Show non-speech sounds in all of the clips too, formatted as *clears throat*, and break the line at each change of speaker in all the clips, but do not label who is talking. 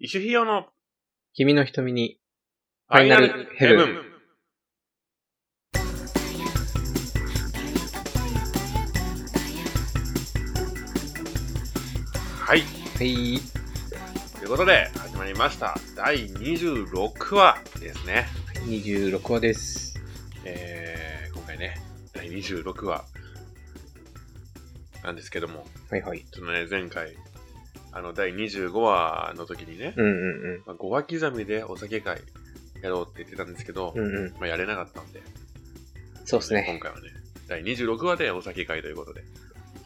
イシュヒヨの
君の瞳に、
ファイナルヘブン。はい。
はい。
ということで、始まりました。第26話ですね。
26話です。
えー、今回ね、第26話なんですけども、
はいはい。
ちょっとね、前回、あの、第25話の時にね、
うんうん
まあ、5話刻みでお酒会やろうって言ってたんですけど、
うん。うんうん。
まあ、やれなかったんで、
そうです
今
ね。
回はね、第26話でお酒会ということで、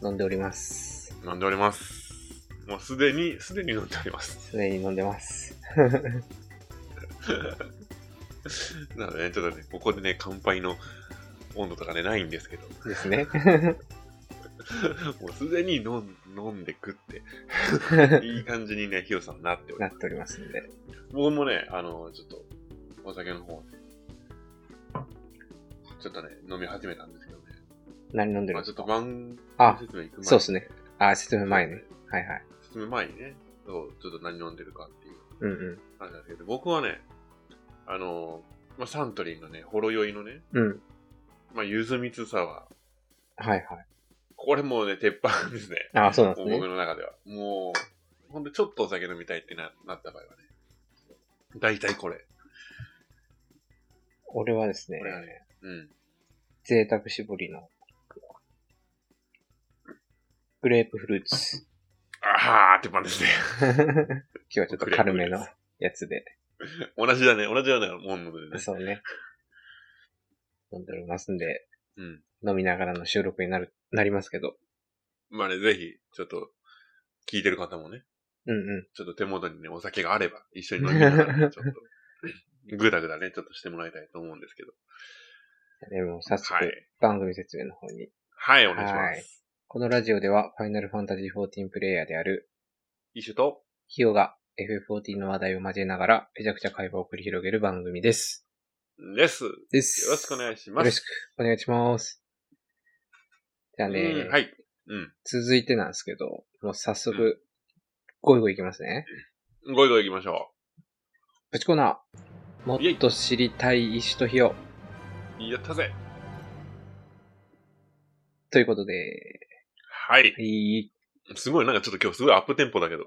飲んでおります。
飲んでおります。もうすでに、すでに飲んでおります。 *laughs*
すでに飲んでます。
なのでね、ちょっとね、ここでね、乾杯の温度とかね、ないんですけど、 *laughs*
ですね。
もうすでに飲ん飲んで食
*laughs*
って、いい感じにね、ヒロさんなっており
*laughs* な
ま
っておりますんで。
す。僕もね、あの、ちょっと、お酒の方、ちょっとね、飲み始めたんですけどね。
何飲んで
ま
る
あ、ちょっと番
あ
説明行く前に
そうっすね。あ、説明前ね。はいはい。
説明前にね、そう、ちょっと何飲んでるかっていう
うんうん。
話なんですけど、僕はね、あの、まあ、サントリーのね、ほろ酔いのね、
うん。
まあ、ゆずみつサワー。
はいはい。
これもうね、鉄板ですね。
あ、そうなんで
も
す
う
ね
僕。の中では。もう、ほんとちょっとお酒飲みたいってななった場合はね。大体これ。
俺はですね
こ、れはねうん。
贅沢絞りの、グレープフルー *laughs* ツ。
あー、鉄板ですね。 *laughs*
今日はちょっと軽めのやつで。
同じだね。同じようなもんのでね。
そうね。飲んでおりますんで、
うん。
飲みながらの収録になる、なりますけど。
まあね、ぜひ、ちょっと、聞いてる方もね、
うんうん。
ちょっと手元にね、お酒があれば、一緒に飲みながら、ね、ちょっ
*laughs*
と、ぐだぐだね、ちょっとしてもらいたいと思うんですけど。
でも早速、
はい。
番組説明の方に。
はい、お願いしま
はい
す。
このラジオでは、ファイナルファンタジー14プレイヤーである、
一緒と、
ヒヨが FF14 の話題を交えながら、めちゃくちゃ会話を繰り広げる番組です。
です。よ
です。
ろしくお
いし
願いしま
ま。
す
よろし
す。
くお願いします。じゃあね、
うんはい。うん。
続いてなんですけど、もう早速、ゴイゴイいきますね。
ごいごい行きましょ
プチコーナー。もっと知りたい石とヒヨ。
う。やったぜ。
ということで、
はい。
はい。 *laughs*
すごい、なんかちょっと今日すごいアップテンポだけど。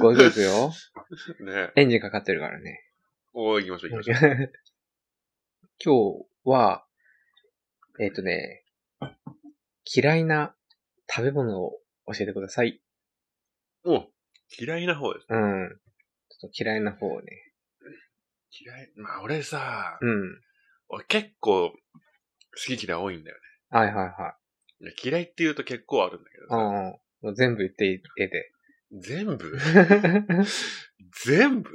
ゴイゴイいくよ。
*laughs* ね
エンジンかかってるからね。
おー、行きましょう、行
*laughs*
きましょ
今日は、えっ、とね、嫌いな食べ物を教えてください。
う。お嫌いな方です。
うん。ちょっと嫌いな方をね。
嫌い。まあ、俺さ、
うん。
俺結構、好き嫌い多いんだよ
はいはいはい。
ね。いや嫌いって言うと結構あるんだけど
うん
さ。
うん。もう全部言っていいえで。。
全部全部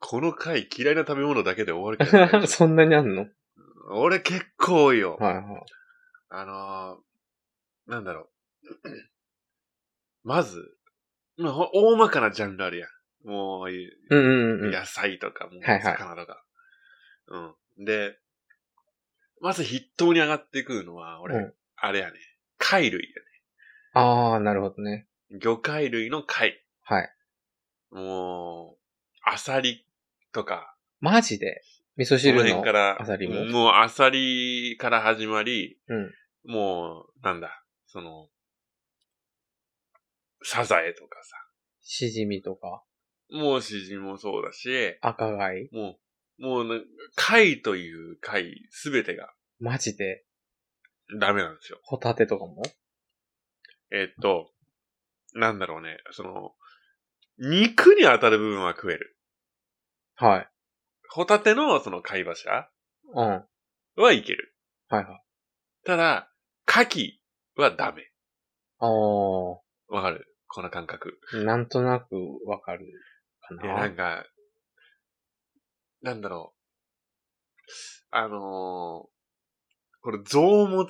この回嫌いな食べ物だけで終わるから、ね
*laughs* そんなにあんの *laughs*
俺結構多いよ。
はいはい。
あのー、なんだろう。 *clears throat* まず、まあ、ほ大まかなジャンルあるやん。もう、
うんうんうん。
野菜とか、もう
はいはい
魚とか。うん。で、まず筆頭に上がってくるのは、俺、
うん
あれやね。貝類や
ああ、なるほどね。
ね。魚介類の貝。
はい。
もう、アサリとか、
マジで味噌
この
汁
辺
の
か。ら、
アサリも
もうアサリから始まり、
うん。
もう、なんだ、その、サザエとか
しじみとか、
さ、もうシジミもそうだし、
赤貝。
もう、もうな、貝という貝すべてが
マジで
ダメなんですよ。
ホタテとかも
えっと、なんだろうね、その、肉に当たる部分は食える。
はい。
ホタテのその貝柱
うん。はい
はいける。
はい。
ただ、牡蠣はダメ。
ああ。
わかるこの感覚。
なんとなくわかるか
いや、な
な。
んか、なんだろう。あのー、これ、臓物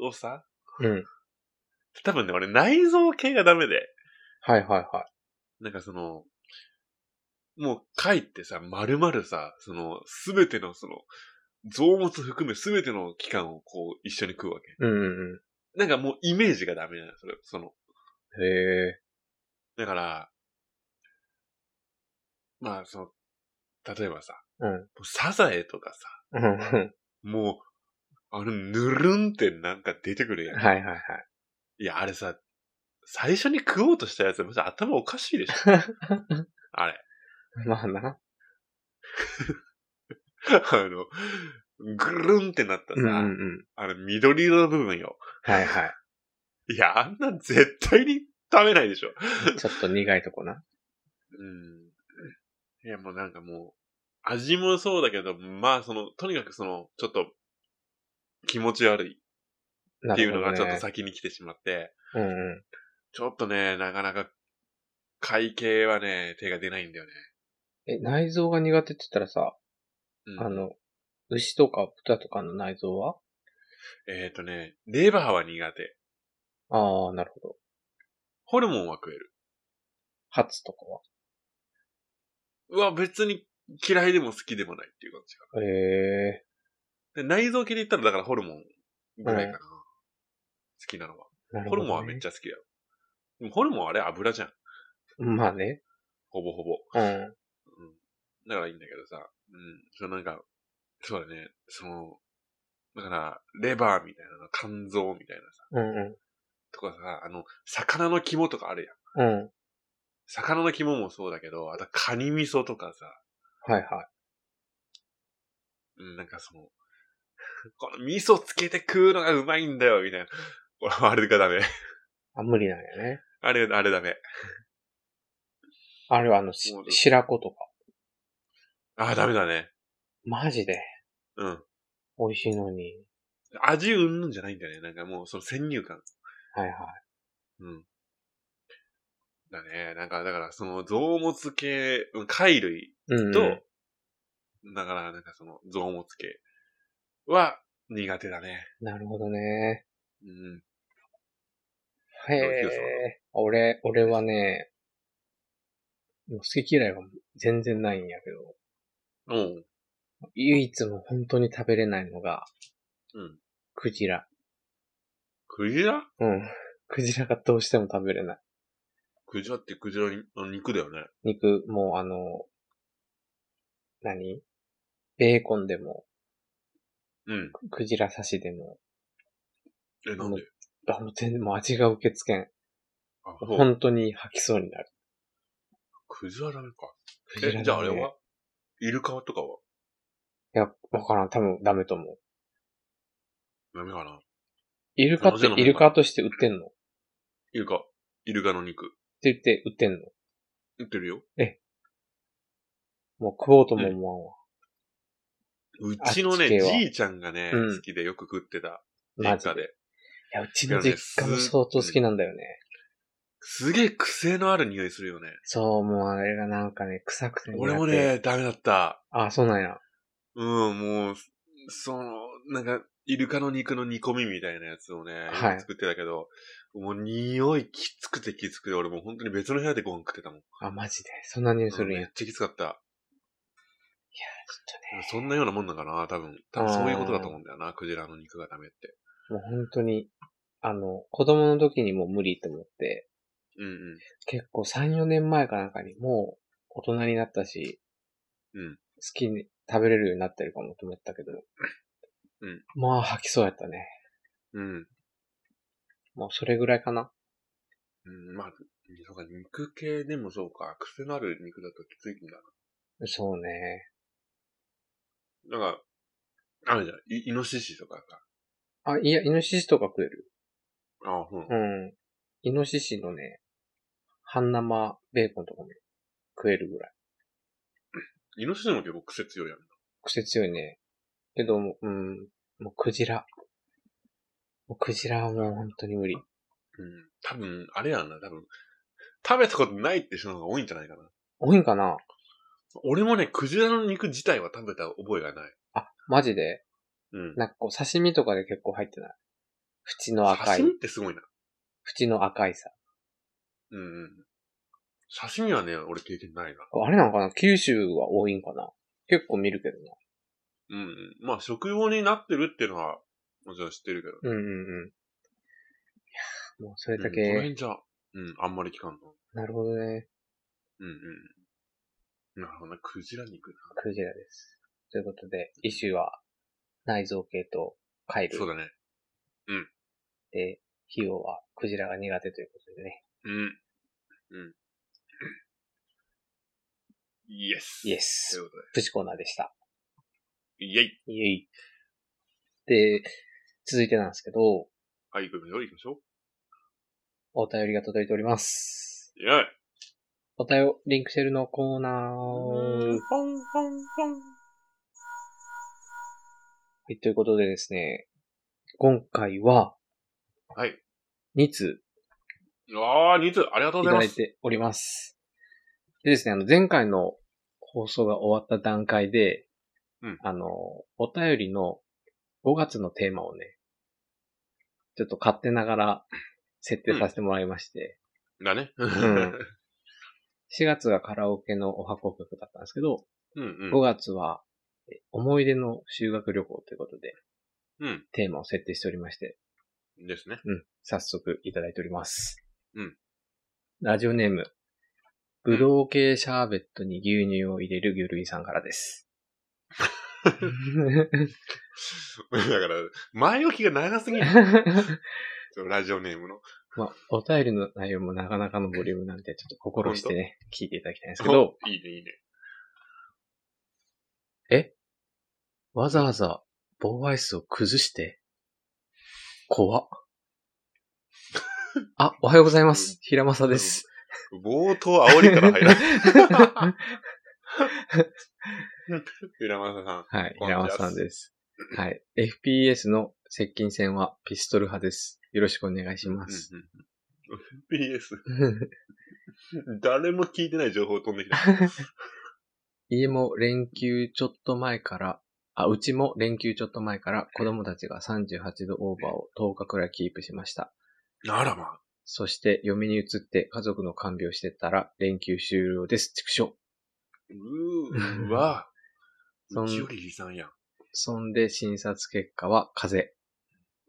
をさ、
うん。
多分ね、俺内臓系がダメで、
はいはいはい。
なんかその、もう貝ってさ、丸々さ、その、すべてのその、臓物含めすべての器官をこう、一緒に食うわけ。
うんうんう
なんかもうイメージがダメなの、それ、その、
ん。へえ。
だから、まあ、その、例えばさ、
うん。
サザエとかさ、
うんうん
もう、あの、ぬるんってなんか出てくるやん。
はいはいはい。
いや、あれさ、最初に食おうとしたやつ、まず頭おかしい
*laughs*
でしょ。あれ。
まあな。
あの、ぐるんってなったさ、
うんうんうん。
あの、緑色の部分よ。
はいはい
や、あんなん絶対に食べないでしょ。
い。ちょっと苦いとこな。
うん。いや、もうなんかもう、味もそうだけど、まあその、とにかくその、ちょっと、気持ち悪い *laughs*
な
ってい
る
う
ほ
の
ど
が
ね
ちょっと先に来てしまって、
うんうん。
ちょっとね、なかなか、会計はね、手が出ないんだよね。
え、内臓が苦手って言ったらさ、
うん、
あの、牛とか豚とかの内臓は
えっ、とね、レバーは苦手。
ああ、なるほど。
ホルモンは食える。
ハツとかは
うわ、別に嫌いでも好きでもないっていう感じか
ええ
な。で内臓系で言ったらだからホルモンぐらいかな。好きなのは。
ー、なる
ホ
ほど、
ル
ね。
モンはめっちゃ好きだよ。でもホルモンはあれ油じゃん。
まあね。
ほぼほぼ。
うん。
うん。だからいいんだけどさ。うん。そのなんか、そうだね。その、だから、レバーみたいなの、肝臓みたいなさ。
うんう
とかさ、あの、魚の肝とかあるやん。
ん。うん。
魚の肝もそうだけど、あとカニ味噌とかさ、
はいは
うん、なんかその、 *laughs* この味噌つけて食うのがうまいんだよ、みたいな。 *laughs* 俺はあれがダメ。
い。あ、無理なんやね。
あれ、あれダメ。
あれはあの、し
もう
白子とか。
ああ、ダメだね。
マジで。
うん。
美味しいのに。
味うんぬんじゃないんだよね。なんかもう、その先入観。
はいはい。
うん。だね。なんか、だから、その、臓物系、うん貝類
うん、うん。
と、だから、なんかその、臓物系は苦手だね。
なるほどね。
うん。
へ
どうヒロさん
え。俺、俺はね、もう好き嫌いは全然ないんやけど、
おう。
唯一もう本当に食べれないのが、
うん。
クジラ。
クジラ
うん。 *laughs* クジラがどうしても食べれない。
クジラってクジラにの肉だよね。
肉、もうあの、何ベーコンでも、
うん。
クジラ刺しでも、
え、なんで
あもう全然もう味が受け付けん。
あ、そう。
本当に吐きそうになる。
クジラダメか。
クジラ、
え、じゃああれ
い
はイルカとかは
や、わからん。多分ダメと思う。
ダメかな
イルカ
同
っ
じ
て
ようなもんか
イルカとして売ってんのって
イルカ。イルカの肉。
言って売ってんの
売ってるよ。
もう食おうとも思わんわ。
うちの
あっ
ね、
ち系は
じいちゃんがね、
うん
好きでよく食ってた。実
マジ
家
で。い
で。
や、うちの実家も相当好きなんだよね。
すげえ癖のある匂いするよね。
そう、もうあれがなんかね、臭くて苦手
俺も。ね、ダメだった。
あ、そうなんや。
うん、もう、その、なんか、イルカの肉の煮込みみたいなやつをね、
はい
作ってたけど、もう匂いきつくてきつくて、俺もう本当に別の部屋でご飯食ってたもん。
あ、マジで。そんな匂いするんや。
うん
い
め
や
っ、ちゃきつかった。
ちょっとね。
そんなようなもんなんかな、多分。多分そういうことだと思うんだよな、クジラの肉がダメって。
もう本当に、あの、子供の時にもう無理と思って、
うんうん。
結構3、4年前かなんかにもう大人になったし、
うん
好きに食べれるようになってるかもと思ったけど、
うん
まあ吐きそうやったね。
うん。
もうそれぐらいかな。
うん、まあ、そうか、肉系でもそうか、癖のある肉だときついんだ
そうね。
な。なんか、あるじゃん、イイノシシとかさ。
あ、いや、イノシシとか食える。
ああ、うん。
うん。イノシシのね、半生ベーコンとかも食えるぐらい。
イノシシも結構癖強いやん。
癖強いね。けど、うん、もうクジラ。もうクジラはもう本当に無理。
うん。多分、あれやんな、多分。食べたことないって人の方が多いんじゃないかな。
多いんかな
俺もね、クジラの肉自体は食べた覚えがない。
あ、マジで
うん。
なんかこう、刺身とかで結構入ってない。縁の赤い
刺身、ってすごいな。
縁の赤いさ。
うんうん。刺身はね、俺経験ないな。
あれなのかな九州は多いんかな結構見るけど
うんうん。まあ、食用になってるっていうのは、もちろん知ってるけど。
な。うんうんうん。いやーもうそれだ
うんこの
け、
辺じゃ、うん、あんまり聞かんの。
なるほどね。
うんうん。なるほどな、クジラ肉な。
クジラです。ということで、イシュは内臓系と貝類
そうだね。
で、費用はクジラが苦手ということでね。
うん。うん。イエス。
イエ
ス。とい
ス。
うこと
プチコーナーでした。
で。イェイ。
イエイ。で、続いてなんですけど、
はい、グミの行きましょ
お便りが届いております。
う。イェイ。
お便りリンクシェルのコーナー。は
ポンポンポン。
い、ということでですね、今回は
はい。
2通
あー、ニーズ、ありがとう
い
ござ
た
いま
だい
す。
ております。でですね、あの、前回の放送が終わった段階で、
うん
あの、お便りの5月のテーマをね、ちょっと勝手ながら設定させてもらいまして、
だ
*laughs*
ね。うん *laughs*
4月がカラオケのお箱曲だったんですけど、
うん
5月はえ思い出の修学旅行ということで、
うん。
テーマを設定しておりまして、
うん。ですね。 *laughs*
うん。早速いただいております。
うん。
ラジオネーム、ブドウ系シャーベットに牛乳を入れる魚類さんか
*laughs*
らです。
だから、前置きが長すぎる。
*laughs*
ラジオネームの。
まあ、お便りの内容もなかなかのボリュームなんで、ちょっと心してね、聞いていただきたいんですけど、
いいね、いいね。
わざわざ棒アイスを崩して、怖
*laughs*
っ。あ、おはようございます。平正です。
冒頭煽りから入らな
*laughs*
い。平正さん。
はい、
こんにち
平
は
松さんです。はい。FPS の接近戦はピストル派です。よろしくお願いし
*laughs*
ます。
うんうんうん PS。誰も聞いてない情報飛んできた。
*laughs* 家も連休ちょっと前から、あ、うちも連休ちょっと前から子供たちが38度オーバーを10日くらいキープしました。
ならまあ。
そして嫁に移って家族の看病してたら連休終了です。畜生。
うーわ。
そん
うちより離散やん。
そんで診察結果は風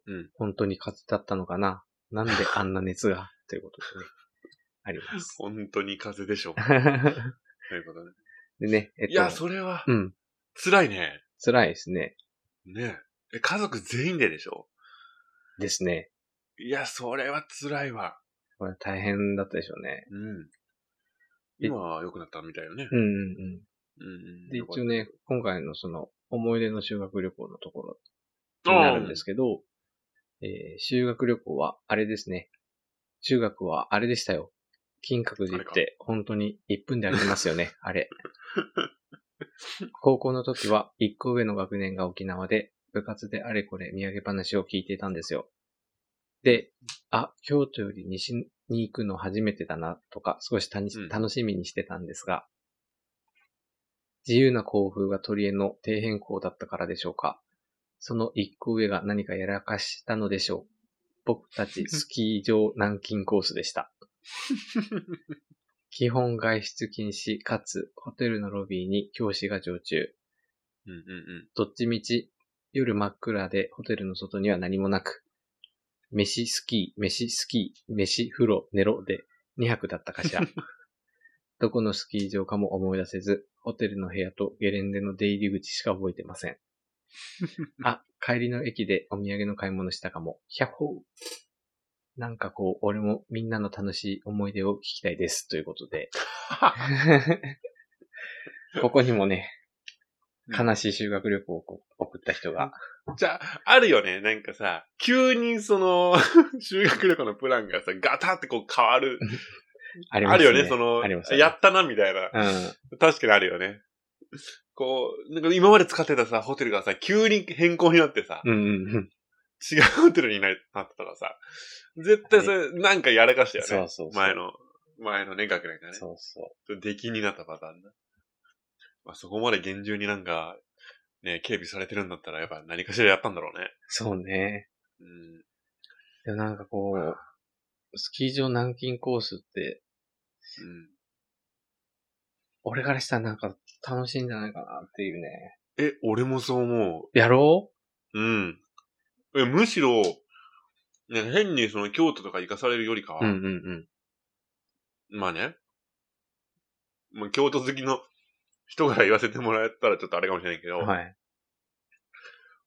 邪。
うん。
本当に風邪だったのかななんであんな熱がということでね。あります。
本当に風邪でしょ。ということね。
*laughs* でね、えっと。
いや、それは
う。ん。
辛いね。
辛いですね。
ねえ。え家族全員ででしょ
ですね。
いや、それは辛いわ。
これ大変だったでしょうね。
うん。今は良くなったみたいよね
う。んうんうん。
うんうん
で、一応ね、今回のその、思い出の修学旅行のところ
あ
に
ー
なるん
*laughs*
ですけど、えー修学旅行は、あれですね。中学はあれでしたよ。金閣寺って本当に1分で歩きますよね、あれ。高校の時は1個上の学年が沖縄で、部活であれこれ土産話を聞いていたんですよ。で、あ、京都より西に行くの初めてだなとか、少し楽し
うん
楽しみにしてたんですが、自由な校風が取り柄の底辺校だったからでしょうか。その一個上が何かやらかしたのでしょう。僕
*laughs*
たちスキー場南京コースでした。基本外出禁止、かつホテルのロビーに教師が常駐。
うんうん
どっちみち夜真っ暗でホテルの外には何もなく。飯スキー、飯スキー、飯風呂、寝ろで2泊だったかしら。どこのスキー場かも思い出せず、ホテルの部屋とゲレンデの出入り口しか覚えてません。あ、帰りの駅でお土産の買い物したかも。ひゃっほーなんかこう、俺もみんなの楽しい思い出を聞きたいです。ということで。 *laughs* ここにもね、
うん。
悲しい修学旅行を送った人が。
*laughs* じゃあ、あるよね。なんかさ、急にその、 *laughs* 修学旅行のプランがさ、ガタってこう変わる。
ありま
あ
す
る
ね。
よね、その
あります、ね
やったな、みたいな。
う
確かにあるよね。こう、なんか今まで使ってたさ、ホテルがさ、急に変更になってさ、
ん。うんうんうん。
違うホテルにななってたらさ、絶対それ、なんかやらかしたよね。
そうそうそう
前の、前のね、学年がね。
そうそ
出禁になったパターンだ。まあ、そこまで厳重になんか、ね、警備されてるんだったら、やっぱ何かしらやったんだろうね。
う。そうね。
うん。
でもなんかこう、スキー場南京コースって、
うん、
俺からしたらなんか楽しいんじゃないかなっていうね。
え、俺もそう思
やろ
う。うん。え、むしろ、ね、変にその京都とか行かされるよりかは、
ううんうん
まあね。まあ、京都好きの人から言わせてもらったらちょっとあれかもしれないけど、
はい。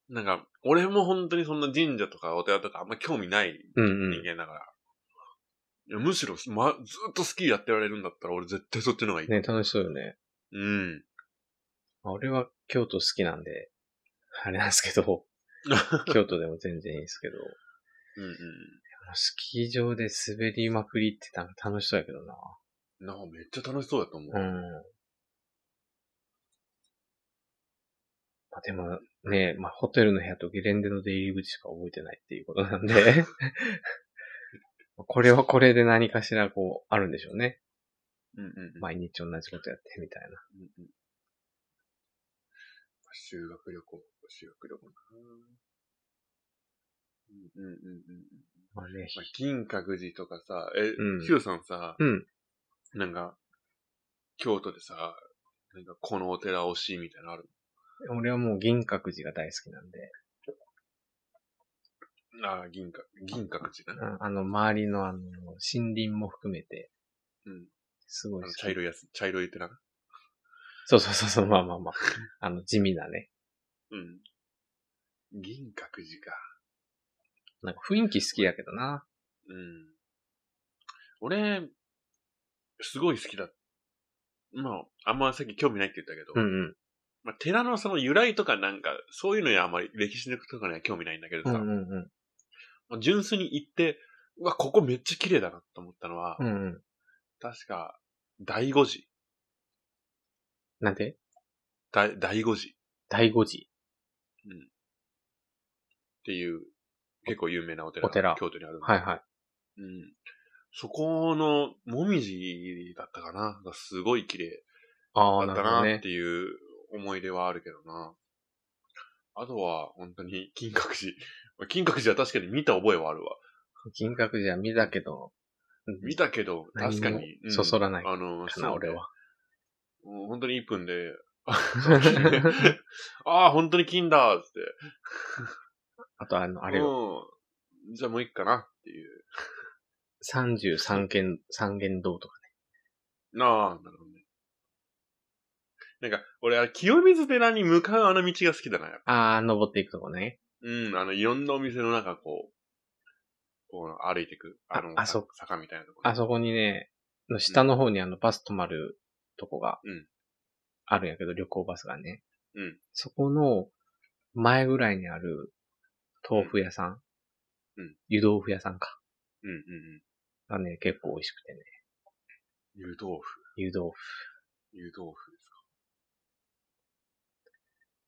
なんか、俺も本当にそんな神社とかお寺とかあんま興味ない
うん
人間だから。いやむしろ、ま、ずっとスキーやってられるんだったら俺絶対そっちの方がいい。
うん。ね、楽しそうよね。
うん。
まあ俺は京都好きなんで、あれなんですけ
*laughs*
ど、京都でも全然いいんですけど、
うんうん。
スキー場で滑りまくりってなんか楽しそうやけどな。
なんかめっちゃ楽しそうだと思う。
うん。まあでもね、まあホテルの部屋とゲレンデの出入り口しか覚えてないっていうことなんで、 *laughs* これはこれで何かしらこうあるんでしょうね。
うんうんうん。
毎日同じことやってみたいな。
うんうん修学旅行、修学旅行な。うんうんうんうん。
まあね、
まあ、金閣寺とかさ、え、
うん
ヒューさんさ、
うん。
なんか、京都でさ、なんかこのお寺推しいみたいなのある
俺はもう銀閣寺が大好きなんで、
ああ、銀閣、銀閣寺な。
うんあの、周りのあの、森林も含めて、
うん。
すご
あ
い好
の
き。
茶色いやつ、茶色い寺な。
そうそうそうそう、まあまあまあ。あの、地味なね。
うん。銀閣寺か。
なんか雰囲気好きやけどな。
うん。俺、すごい好きだ。まあ、あんまさっき興味ないって言ったけど、
うん
まあ、寺のその由来とかなんか、そういうのにはあんまり歴史のとかには興味ないんだけど
うん。う
さ、
んうんうん。
まあ純粋に行って、うわ、ここめっちゃ綺麗だなと思ったのは、
うんうん。
確か、第五寺。
なんで
だ第五寺っ
第五寺。
ていう、結構有名なお寺
お寺
京都にあるんだ
はいはい。
うん。そこの、もみじだったかながすごい綺麗
ああ、
だ
な
っ
る
た
ほ
な
ど
っ
ね。
ていう思い出はあるけどな。あとは、本当に、金閣寺。 *laughs* 金閣寺は確かに見た覚えはあるわ。
金閣寺は見たけど、
見たけど、
何
確
も
かに。うん
そそらない
あの、
か
そうね
な、俺。は。
もう本当に1分
*laughs*
で、ああ、本当に金だっつって。
あとあの、あれよ。
うん。じゃあもういっかなっていう。
33軒、三軒堂とか
なあ、なるほどね。なんか、俺、あれ清水寺に向かうあの道が好きだな。やっぱ
ね。ああ、登っていくとこね。
うん、あの、いろんなお店の中、こう、こう歩いてく。あの、
あそ
さ坂みたいなところ、
あそこにね、の下の方にあのバス止まるとこが
うん、
あるんやけど、旅行バスがね。
うん
そこの前ぐらいにある豆腐屋さん。
うん
湯豆腐屋さんか。
うんうんうん。
がね、結構美味しくてね。
湯豆腐。
湯豆腐。
湯豆腐ですか。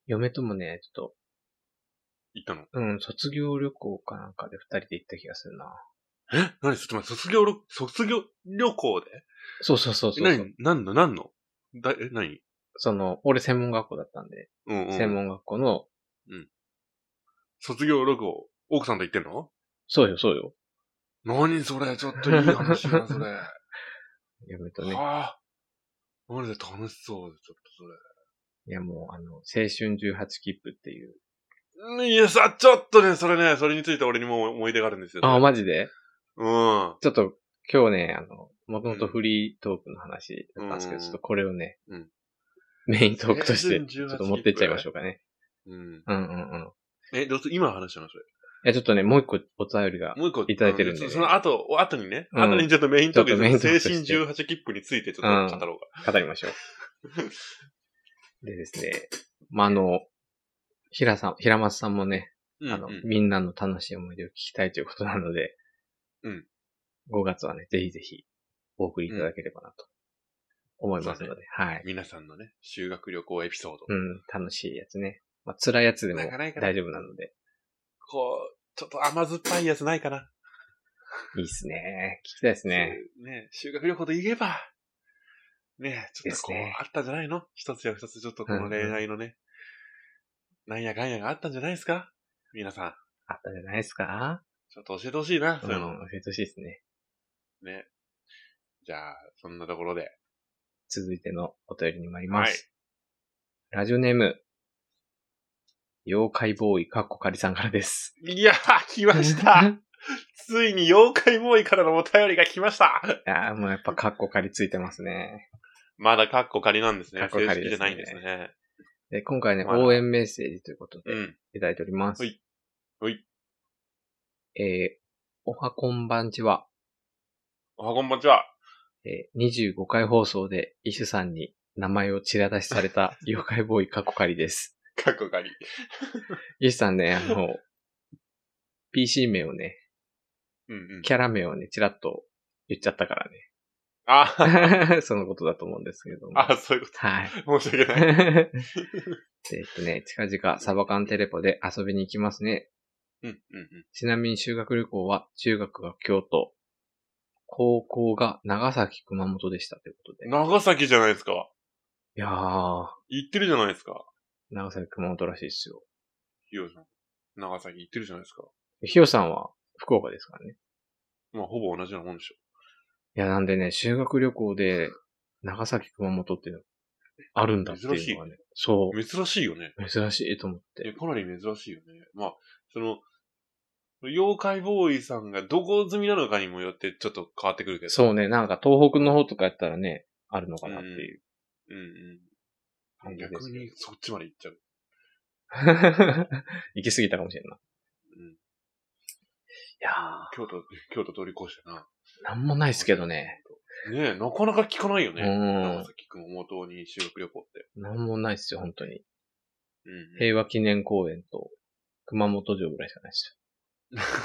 嫁ともね、ちょっ
行ったの
と、うん、卒業旅行かなんかで二人で行った気がするな。
え何ちょっと待って、卒業旅、卒業旅行で
そうそうそうそうそう。
何何の何のだ、え、何
その、俺専門学校だったんで、
うんうん。
専門学校の、
卒業旅行、奥さんと行ってんの
そうよそうよ。
何それちょっといい話
*laughs*
だな、それ。は
嫁とね。
あ。なんで楽しそうで、ちょっとそれ。
いやもう、あの、青春18切符っていう。
うんいやさ、ちょっとね、それね、それについて俺にも思い出があるんですよ。
あ、マジで
うん。
ちょっと今日ね、あの、もともとフリートークの話だったんですけど、
うん
ちょっとこれをね、
うん
メイントークとして、
青春18
ちょっと持ってっちゃいましょうかね。
うん。
うんうんうん。い
え、どうす今の話なのそれ。
や、ちょっとね、もう一個お便りが、
もう一個。
いただいてるんで
うその後、お後にね、
うん
後にちょっとメイントーク
ちょっとメイ
で、
ントークと
精
し
神
て
18切符についてちょっと語ろうか。
語りましょ
*laughs*
う。でですね、まあ、あの、平さん、平松さんもね、
うん
あの、
うん
みんなの楽しい思い出を聞きたいということなので、
うん
5月はね、ぜひぜひ、お送りいただければなと、思いますので、はい。
皆さんのね、修学旅行エピソード。
うん、楽しいやつね。まあ、辛いやつでも
なかなか
大丈夫なので、
こう、ちょっと甘酸っぱいやつないかな。
いいっすね。聞きたいですね。
そう。ね、修学旅行といえば、ね、ちょっとこう、
ですね
あったんじゃないの一つや二つちょっとこの恋愛のね、なんやかんやがあったんじゃないですか皆さん、
あったんじゃないですか
ちょっと教えてほしいな、そういうの。
ん、教えてほしいですね。
ね。じゃあ、そんなところで。
続いてのお便りに参ります。ラジオネーム、妖怪ボーイ、かっこかりさんからです。 *laughs*
いやー、来ましたついに妖怪ボーイからのお便りが来ました *laughs*
ああ、もうやっぱカッコ借りついてますね。
まだカッコ仮なんですね。
カッコ
正
仮
式
で
じ
すね
ゃないんですね。
で、今回ね、
まだ
応援メッセージということ
う
で、
ん。
いただいております。
はいはい。
えー、おはこんばんちは、
おはこんばんちは。
えー、25回放送で、イシュさんに名前をちら出しさ
*laughs*
れた妖怪ボーイカッコ仮です。
カッコ仮。
イシュさんね、あ
*laughs*
の、PC 名をね、
うんうん。
キャラ名をね、ちらっと言っちゃったから
あ
ね。 *laughs* そのことだと思うんですけども。
あ、そういうこ
はい。
と。申し訳ない。
で *laughs* えっとね、近々サバ缶テレポで遊びに行きますね。
うんうんうん。
ちなみに修学旅行は中学が京都、高校が長崎熊本でしたということで。い
長崎じゃないですか。
やー、
行ってるじゃないですか。
長崎熊本らしいっすよ。
ひよさん。長崎行ってるじゃないですか。
ひよさんは福岡ですからね。
まあ、ほぼ同じようなもんでしょ。
いや、なんでね、修学旅行で長崎熊本っていうのあるんだっていうのがね。そ
珍しいよね。
う、珍しいと思っ
いや
て。
かなり珍しいよね。まあ、その、妖怪ボーイさんがどこ済みなのかにもよってちょっと変わってくるけど。
そうね、なんか東北の方とかやったらね、あるのかなっていう
う。うんう
感
ん。
じです
逆
けど。
にそっちまで行っちゃう。
*laughs* 行き過ぎたかもしれんな。
うん。
いや
京都、京都通り越してな。
ー、なんもないっすけどね。
ねえ、なかなか聞かないよ
う
ね。長
ん。
崎熊本に修学旅行って。
なんもないっすよ、本当に。
うんうん、
平和記念公園と熊本城ぐらいしかないっすよ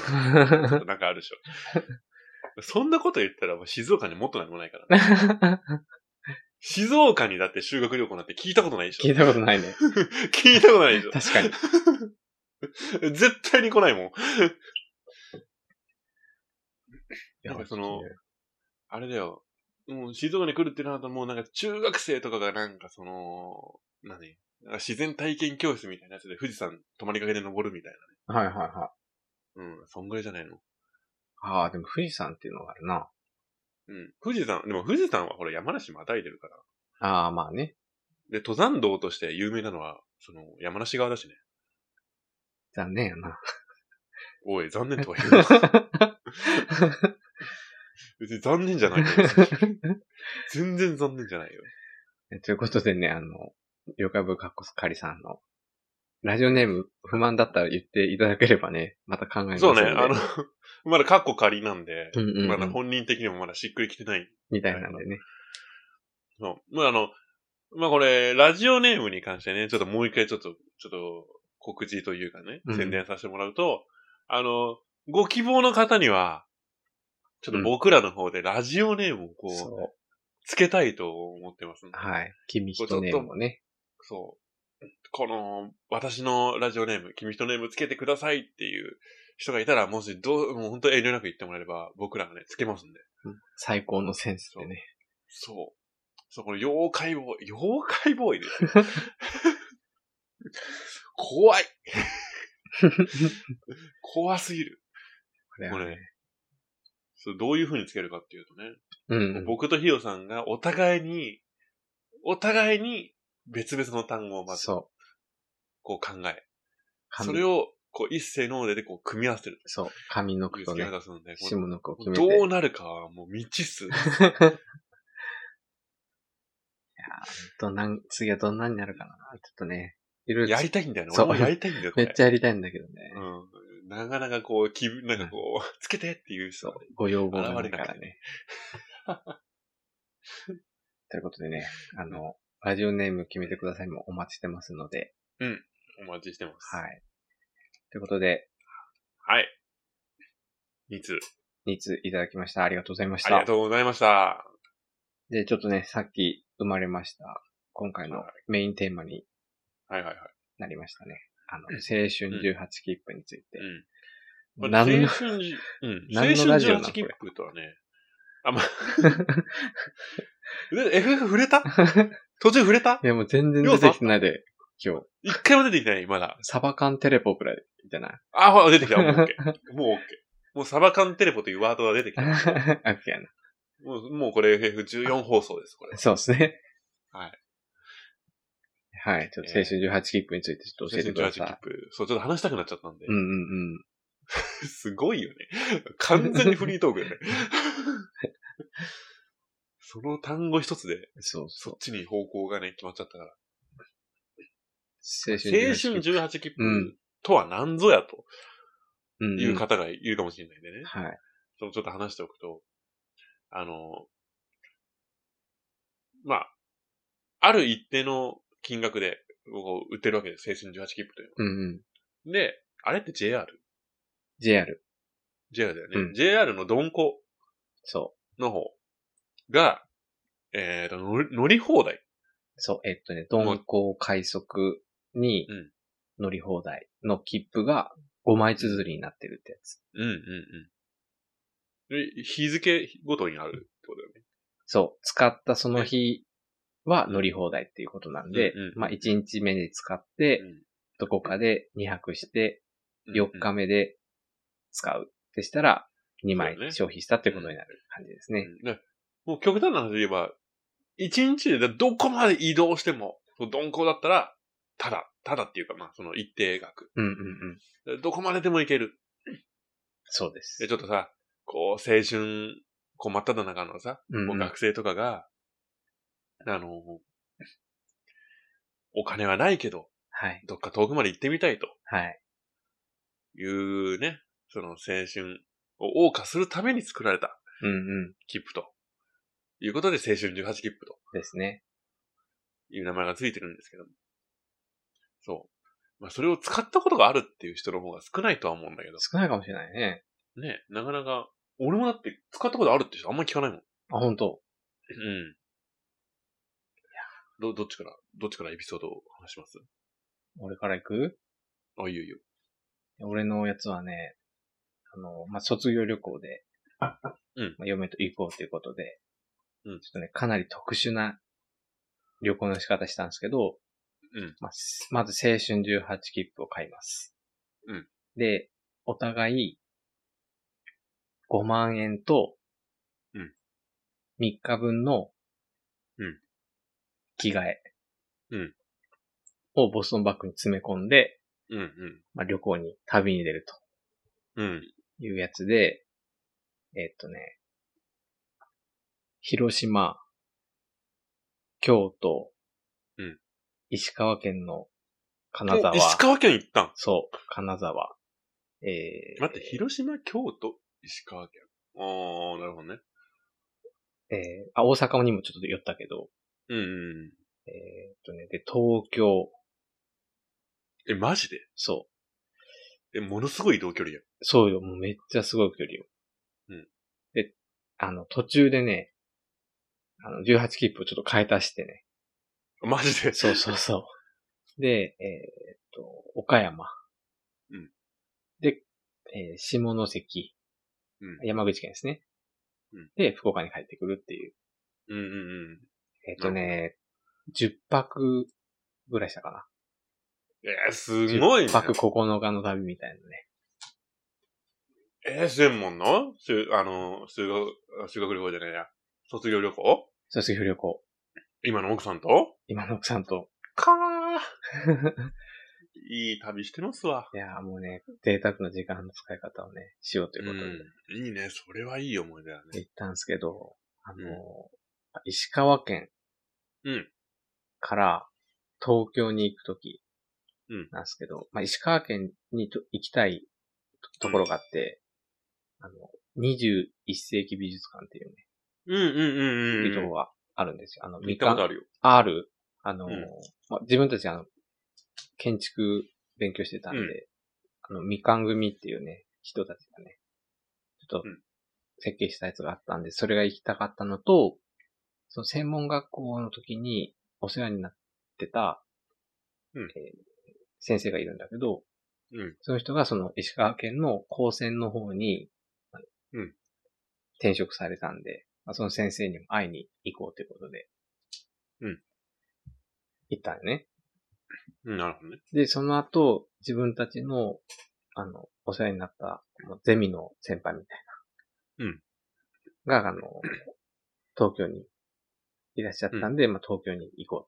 なんかあるでしょ。 *laughs* そんなこと言ったら、もう静岡にもっと何もないから、 *laughs* 静岡にだって修学旅行なんて聞いたことないでしょ。
聞いたことないね。
聞いたことないでしょ。
確かに。
絶対に来ないもん。なんかその、あれだよ。もう静岡に来るってなると、もうなんか中学生とかがなんかその、何なんか自然体験教室みたいなやつで富士山泊まりかけで登るみたい
はいはいはい。
な。うん、そんぐらいじゃないの。
ああ、でも富士山っていうのがあるな。
うん。富士山、でも富士山はほら山梨またいでるから。
ああ、まあね。
で、登山道として有名なのは、その、山梨側だしね。
残念やな。
おい、残念とは言うな。
*laughs*
別に残念じゃないよ。全然残念じゃないよ。
*laughs* ということでね、あの、妖怪部かっこかりさんの、ラジオネーム不満だったら言っていただければね、また考えます
そ
ん
う
で
ね、あの、まだカッコ仮なんで、
うんうんうん、
まだ本人的にもまだしっくりきてない。
みたいなんでね。
そう。まあ、あの、まあ、これ、ラジオネームに関してね、ちょっともう一回ちょっと、ちょっと、告知というかね
う、ん
宣伝させてもらうと、あの、ご希望の方には、ちょっと僕らの方でラジオネームをこう、
そう。
つけたいと思ってますんで。
はい。君一ネームをね。
そう。この、私のラジオネーム、君人ネームつけてくださいっていう人がいたら、もしどう、もう本当遠慮なく言ってもらえれば、僕らがね、つけますんで。
最高のセンスでね。
そう。そう、この妖怪ボーイ、妖怪ボ
*laughs*
ーイですよ。怖い怖すぎる。
これ
こ
はね
れ、そうどういう風につけるかっていうとね、
うん。
僕とヒヨさんがお互いに、お互いに別々の単語をまず
そ
こう考え、
う。
それ
を、
を、こう、一斉の腕でこう、組み合わせる。
そう。上の
とい
句
う
と
付け
ね、
方するんで、こ
下の句を決
う
め
どう
て。
なるかはもう未知
*laughs*
数。
どんなん、次はどんなになるかな。ちょっとね、いろいろ。
やりたいんだよね。
そう
俺もやりたいんだよ、こ
め
れ
っちゃやりたいんだけどね。
うん。なかなかこう、気分、なんかこう、つけてっていう人
そう。。ご要望があ
現
る
れ
か
なくて
らね。 *laughs* ということでね、あの、ラジオネーム決めてくださいもお待ちしてますので。
お待ちしてます。。
はいい。ということで、
はい。いつ、
2通いただきました。ありがとうございまし
あ
た。
りがとうございました。
で、ちょっとね、さっき生まれました、今回の
は
メインテーマに
はいはいはい。
なりましたね。あの、青春18切符について。
うん。まあ、青
何の、
春じ、うん。青春
何のラジオなの
18切符とはね、あ、 *laughs* まあ、で FF 触
*laughs*
れた途中触れた
いやもう全然出てきてないで、今日。
一回も出てきてない、まだ。
サバ缶テレポくらいじ
*laughs*
ゃない
あ、ほら、出てきた。もう OK。もう OK。もうサバ缶テレポというワードが出てき
あ *laughs*
た。
オッケーやな。
もう、もうこれ FF14 放送です、これ。
そうですね。
はい。
はい。ちょっと青春18切符についてちょっと教えてください
18。切符そう、ちょっと話したくなっちゃったんで。
うんうんうん。
すごいよね。完全にフリートークだね。
*laughs*
その単語一つで、
そう
そっ
そう。
ちに方向がね、決まっちゃったから。
青
青春18切符とは何ぞやと
うん
いう方がいるかもしれないんでね。
はい。
そのちょっと話しておくと、あの、まあ、ある一定の金額で、こう売ってるわけです。青春18切符という
うんうん。
のは。で、あれって JR?JR
JR。
JR だよね。
うん
JR の鈍行
そ
の方が、えっ、と乗り、乗り放題。
う。そう。えっとね、鈍行快速に
うん
乗り放題の切符が5枚綴りになってるってやつ。
うんうんうん。で日付ごとにあるってことだよね。
そう。使ったその日は乗り放題っていうことなんで
うんうん、
まあ1日目で使って
うん、
どこかで2泊して、
うんうん
4日目で使う。でしたら、2枚
そうね
消費したってことになる感じですね。
うんでもう極端な話で言えば、一日でどこまで移動しても、鈍行だったら、ただ、ただっていうか、まあ、その一定額。
うんうんうん。
どこまででも行ける。
そうです
で、。ちょっとさ、こう、青春、こう、真っ只中のさ、
うん
もう
う
ん学生とかが、あの、お金はないけど、
はい。
どっか遠くまで行ってみたいと
はい。
いうね、その青春を謳歌するために作られた
うんうん。
切符と。いうことで、青春18切符と。
ですね。
いう名前がついてるんですけども。そう。まあ、それを使ったことがあるっていう人の方が少ないとは思うんだけど。
少ないかもしれないね。
ね、なかなか、俺もだって使ったことあるって人あんまり聞かないもん。
あ、本当
うん。ど、どっちから、どっちからエピソードを話します
俺から行く
あ、いいよいいよ。
俺のやつはね、あの、まあ、卒業旅行で、
うん
まあ、嫁と行こうということで、
うん
ちょっとね、かなり特殊な旅行の仕方したんですけど、
うん
まあすまず青春18切符を買います。
うん
で、お互い、5万円と、
うん
3日分の、
うん
着替え、
うん
をボストンバッグに詰め込んで、
うん
まあ、旅行に、旅に出る
うん。うん。
というやつで、えーっとね、広島、京都、
うん
石川県の金沢
お、石川県行ったん
そう、金沢、えー
待って、広島、京都、石川県。あー、なるほどね。
えーあ、大阪にもちょっと寄ったけど、
うんうん
えーっとね、で、東京、
うん。え、マジで
そう、
え、ものすごい移動距離や。
そうよ、もうめっちゃすごい距離よ。
うん。
で、あの、途中でね、あの、18切符をちょっと買い足してね、
マジで
そうそうそう。で、えーっと、岡山。
うん
で、えー下関、
うん
山口県ですね。
うん
で、福岡に帰ってくるっていう。
うんうんうん。
えーっ、とね、10泊ぐらいしたかな。
えー、すごいね。
10泊9日の旅みたいなね。
えー、専門の修あの、修学、あ修学旅行じゃないや。卒業旅行
卒業旅行。
今の奥さんと
今の奥さんと。
かーいい旅してますわ。
いやーもうね、贅沢な時間の使い方をね、しようということで、
うんいいね。それはいい思い出だね。
行ったんですけど、あのー
うん
石川県
うん
から東京に行くとき
うん
なんですけど、まあ、石川県にと行きたいところがあって、あの、21世紀美術館っていうね、
うんうんうん
いうとこ
うん。
ろがあるんですよ。あの、
行ったことあるよ。
ある、あのー、
うん
まあ、自分たちあの、建築勉強してたんで、
う
あの、みかん組っていうね、人たちがね、ちょっと
うん
設計したやつがあったんで、それが行きたかったのと、その専門学校の時にお世話になってた、
うん
えー先生がいるんだけど、
うん
その人がその石川県の高専の方に、
うん
転職されたんで、まあ、その先生にも会いに行こうということで、行ったよね。
うん、なるほどね。
で、その後、自分たちの、あの、お世話になった、もうゼミの先輩みたいな。
うん。
が、あの、東京にいらっしゃったんで、まあ、東京に行こ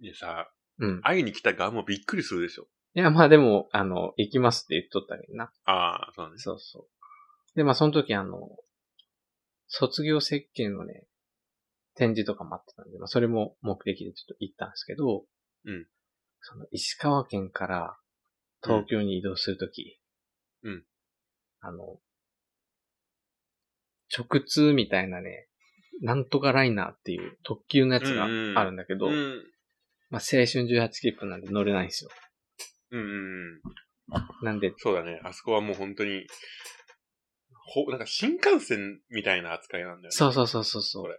う
いやさ、
と。うん。
会いに来た側もびっくりするでしょ。
いや、まあでも、あの、行きますって言っとったけどな。
ああ、そうなんです。
そうそう。で、まあその時あの、卒業設計のね、展示とか待ってたんで、まあそれも目的でちょっと行ったんですけど、
うん。
その石川県から東京に移動するとき、
うん。
あの、直通みたいなね、なんとかライナーっていう特急のやつがあるんだけど、
うん。
まあ青春18切符なんで乗れないんですよ。
うんうんうん。
なんで、
そうだね。あそこはもう本当に、ほ、なんか新幹線みたいな扱いなんだよね。
そうそうそうそうそ
こ
う
れ。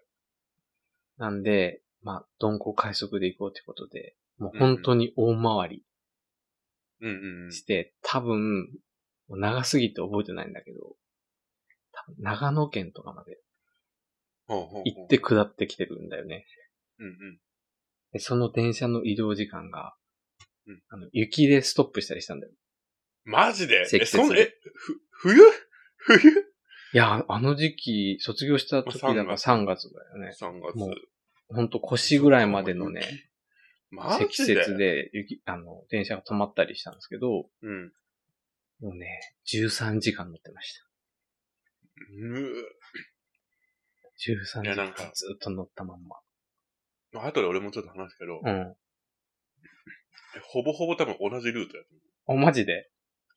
なんで、まあ、鈍行快速で行こうってことで、もう本当に大回り
うんうんうん。
して、多分、もう長すぎて覚えてないんだけど、多分長野県とかまで
ほうほうほう
行って。下ってきてるんだよね。
うんうん。
で、その電車の移動時間が
うん、
あの、雪でストップしたりしたんだよ。
マジで
積
え、
雪
そん、え、ふ、冬冬
いや、あの時期、卒業した時だか
まあ
ら3月だよね。
?3 月。
もうほんと腰ぐらいまでのね、
マ
積
ジで
雪で雪、あの、電車が止まったりしたんですけど、
うん。
もうね、13時間乗ってまし
う
た。13
いや
時
なん
間
か
ずっと乗ったまんま。
ー。後で俺もちょっと話すけど、
うん。
ほぼほぼ多分同じルートやと思う。
お、マジで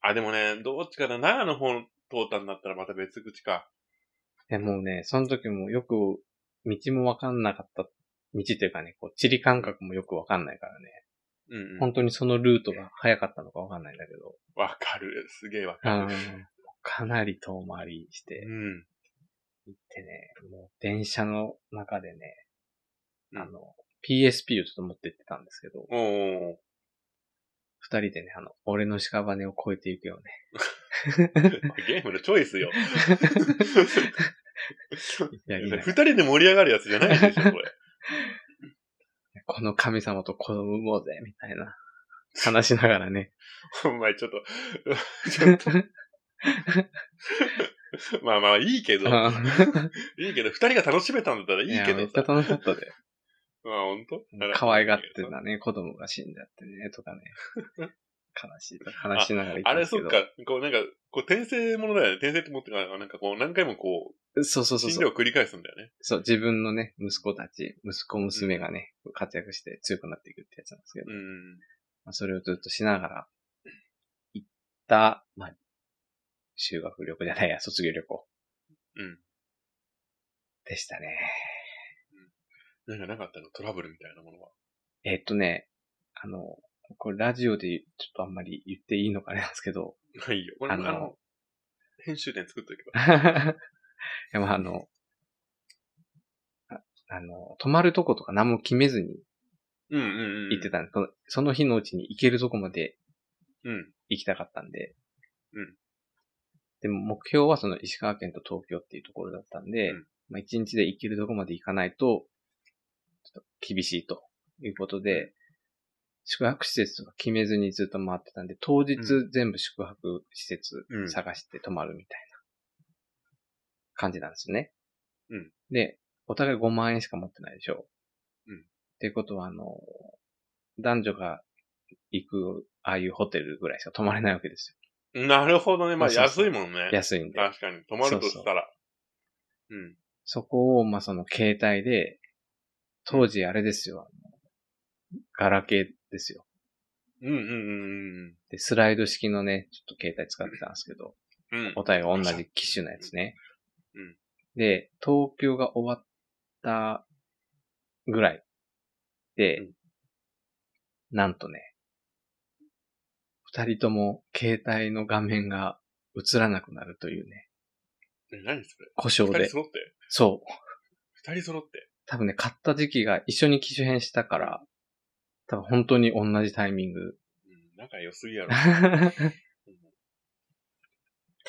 あ、でもね、どっちかな、長野方通ったんだったらまた別口か。
いやもうね、その時もよく、道もわかんなかった。道というかね、こう、地理感覚もよくわかんないからね。
うんうん
本。当にそのルートが早かったのかわかんないんだけど。
わかる。すげえわか
あのかなり遠回りし
る。
て
うん。
行ってね、もう電車の中でね、
うん
あの、PSP をちょっと持ってってたんですけど、
おーおー
二人でね、あの、俺の屍を越えていくよね。
ゲームのチョイス
*laughs*
よ。
やりながら
二人で盛り上がるやつじゃないでしょ、こ
*laughs*
れ。
この神様と子供産もうぜ、みたいな。話しながらね。
お前ちょっと、ちょっと、まあまあいいけど、いいけど、二人が楽しめたんだったらいい
や
け
めっ
ど
ちゃ
さ。
楽しかったで。
まあ本当
可愛がって。たね、子供が死んじゃってね、とかね。悲しいとか話しながら行
あ
ったんで
れ、
すけ
そっ
ど。
か、こうなんか、こう転生ものだよね。転生って持ってから、なんかこう何回もこ
そうそう
う、
そ
診
うそう
療を繰り返すんだよね。
そう。自分のね、息子たち、息子娘がね、活躍して強くなっていくってやつなんですけど、
うん。
まあ、それをずっとしながら行った、まあ、修学旅行じゃないや、卒業旅行。
うん。
でしたね。
なんかなかったのトラブルみたいなものは。
えっとね、あの、これラジオでちょっとあんまり言っていいのかあれなんですけど、 *laughs*
ないよ。これ
あの
あの、編集点作っとけば。
でもあの、ああの、泊まるとことか何も決めずに
うんうんうん。
行ってたんです、そのその日のうちに行けるとこまで
うん。
行きたかったんで。
うん
でも目標はその石川県と東京っていうところだったんで、
うん
まあ一日で行けるとこまで行かないと、ちょっと厳しいということで、宿泊施設とか決めずにずっと回ってたんで、当日
う
全部宿泊施設
うん
探して泊まるみたいな感じなんですよね。
うん
で、お互い5万円しか持ってないでしょ。
うん
っていうことは、あの、男女が行く、ああいうホテルぐらいしか泊まれないわけです
なるほどね。まあ、
そうそうそう
安いもんね
よ。。安いんで。
確かに。泊まるとしたら。うん。
そこを、まあ、その携帯で、当時あれですよ、あのガラケーですよ。
うんうんうん
で、スライド式のね、ちょっと携帯使ってたんですけど、
うんうん。うん
お。互いが同じ機種のやつね。
うん
で、東京が終わったぐらいで、
うん
なんとね、二人とも携帯の画面が映らなくなるというね、
え、何それ
故障
二人
で。
揃って
そう。
二人揃って
多分ね、買った時期が一緒に機種変したから、多分本当に同じタイミ
*laughs*
ング。
うん。仲良すぎや
*laughs*
ろ。うん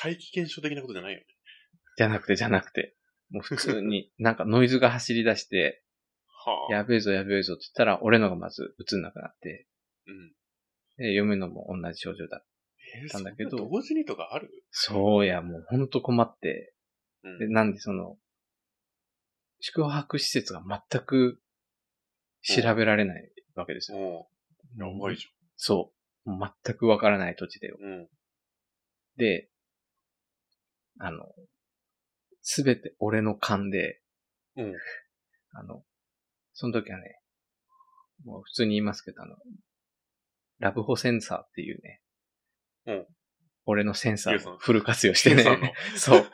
怪奇検証的なことじゃないよね。
じゃなくて、じゃなくて。もう普通に、なんかノイズが走り出して、
はあ。
やべえぞやべえぞって言ったら、俺のがまず映んなくなって、
うん。
で、読むのも同じ症状だ。
えー、そ
たん
ん
だ
な
けど
同時にとかある
そうや、もうほんと困って。
う
で、
ん。
なんでその、宿泊施設が全く調べられないわけですよ。
もう、やばいじ
そう。全くわからない土地でよ。
うん。
で、あの、すべて俺の勘で、
うん
あの、その時はね、もう普通に言いますけど、あの、ラブホセンサーっていうね、
うん
俺のセンサ
リュウさ
ー
ん
をフル活用し
セ
て
ン
ね
サーの。。 *laughs*
そう。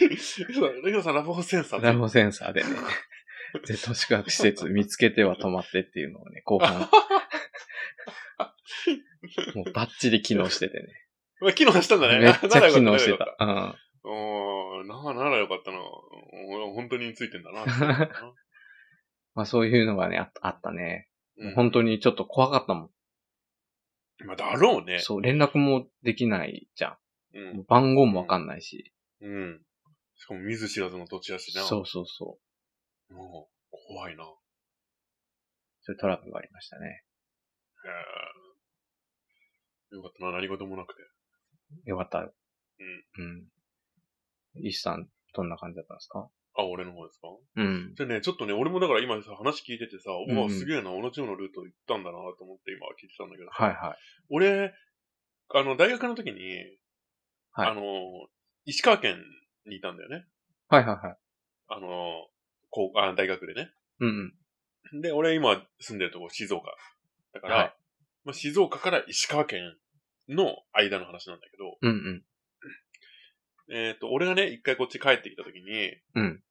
レギュさん、ラブホセンサー
ラブホセンサーでね、
*laughs*
で、都市科学施設見つけては止まってっていうのをね、
*laughs*
後半、もうバッチリ機能して
*laughs*
てね。
まあ機能したんだね。
めっち
*laughs* ならよか
ゃ機
た
能して。た。うん。
おー、なあ、ならよかったな。俺本当についてんだな。
*laughs* まあそういうのがね、ああったね。
うん
本当にちょっと怖かったもん。
まあ、だろうね。
そう、連絡もできないじゃ。
うん
も
ん
う。番号もわかんないし。
うん。しかも見ず知らずの土地やしな。
そうそうそう。
うん。怖いな。へ
そういうトラブルがありましたね。
え。よかったな、何事もなくて。
よかった。うん。うん。石さん、どんな感じだったんですか
あ、俺の方ですか
うん。
でね、ちょっとね、俺もだから今さ、話聞いててさ、
ん
うわ、すげえな、同じようなルート行ったんだなと思って今聞いてたんだけどさ、
はいはい。
俺、あの、大学の時に、
はい
あの、石川県にいたんだよね。
はいはいはい。
あの、こうあ大学でね。
うんうん。
で、俺今住んでるとこ静岡。だから、
はい
まあ、静岡から石川県の間の話なんだけど、
うんうん。
えっ、と、俺がね、一回こっち帰ってきた時に、
うん。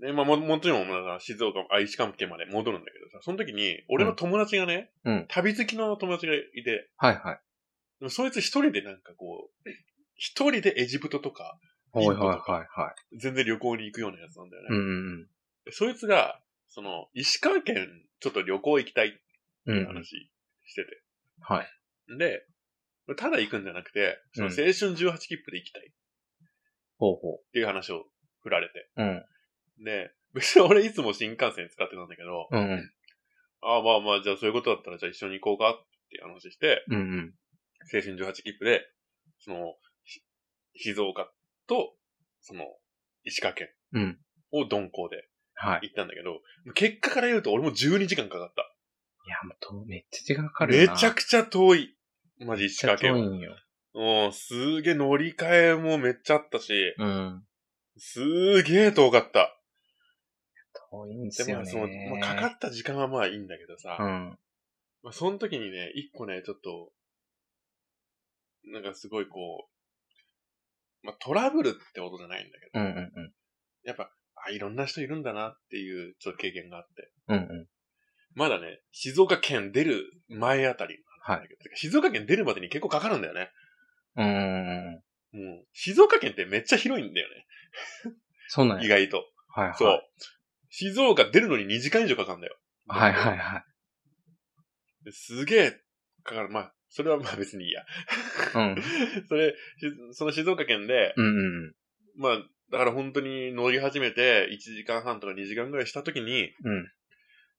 で、まあ、も、もちろん、まあ、静岡、あ、石川県まで戻るんだけどさ、その時に、俺の友達がね、
うんうん
旅好きの友達がいて、
はいはい。
でもそいつ一人でなんかこう、一人でエジプトとか、
はいはいはいはい。
全然旅行に行くようなやつなんだよね。
うんうん
でそいつが、その、石川県、ちょっと旅行行きたいって
うん。うんうん。
話してて。
はい。
で、ただ行くんじゃなくて、その
うん
青春18切符で行きたいっ
ほうほ
ていう話を振られて。
う。うん。
で、別に俺いつも新幹線使ってたんだけど、
うんうん。
ああまあまあ、じゃあそういうことだったら、じゃあ一緒に行こうかっていう話して、
うんうん。
青春18切符で、その、ひ静岡と、その、石川県
うん
を鈍行で
はい。
行ったんだけど、結果から言うと俺も12時間かかった。
いや、もうと、めっちゃ時間かかる
め
よな。
ちゃ
く
くちゃ遠い。マジ石
ちゃ
川県
遠
は。
いんよ。
うん、すげえ乗り換えもめっちゃあったし、
うん。
すげえ遠かった。
遠いんです
で
よ
も、
ね。
その、まあ、かかった時間はまあいいんだけどさ、
うん。
まあ、その時にね、一個ね、ちょっと、なんかすごいこう、まあ、トラブルってことじゃないんだけど、
うんうんうん。
やっぱ、あ、いろんな人いるんだなっていう、ちょっと経験があって。
うんうん。
まだね、静岡県出る前あたりの話なんだけど、てか静岡県出るまでに結構かかるんだよね。
うーん。
もう、静岡県ってめっちゃ広いんだよね。
そうなん
意
や。
外と。
はいはい。
そう。静岡出るのに2時間以上かかるんだよ。
はいはいはい。
ですげえ、かかる。まあ、それはまあ別にいいや。 *laughs*
うん。
それ、しその静岡県で、
うんうん
まあ、だから本当に乗り始めて、1時間半とか2時間ぐらいした時に、
うん。うん。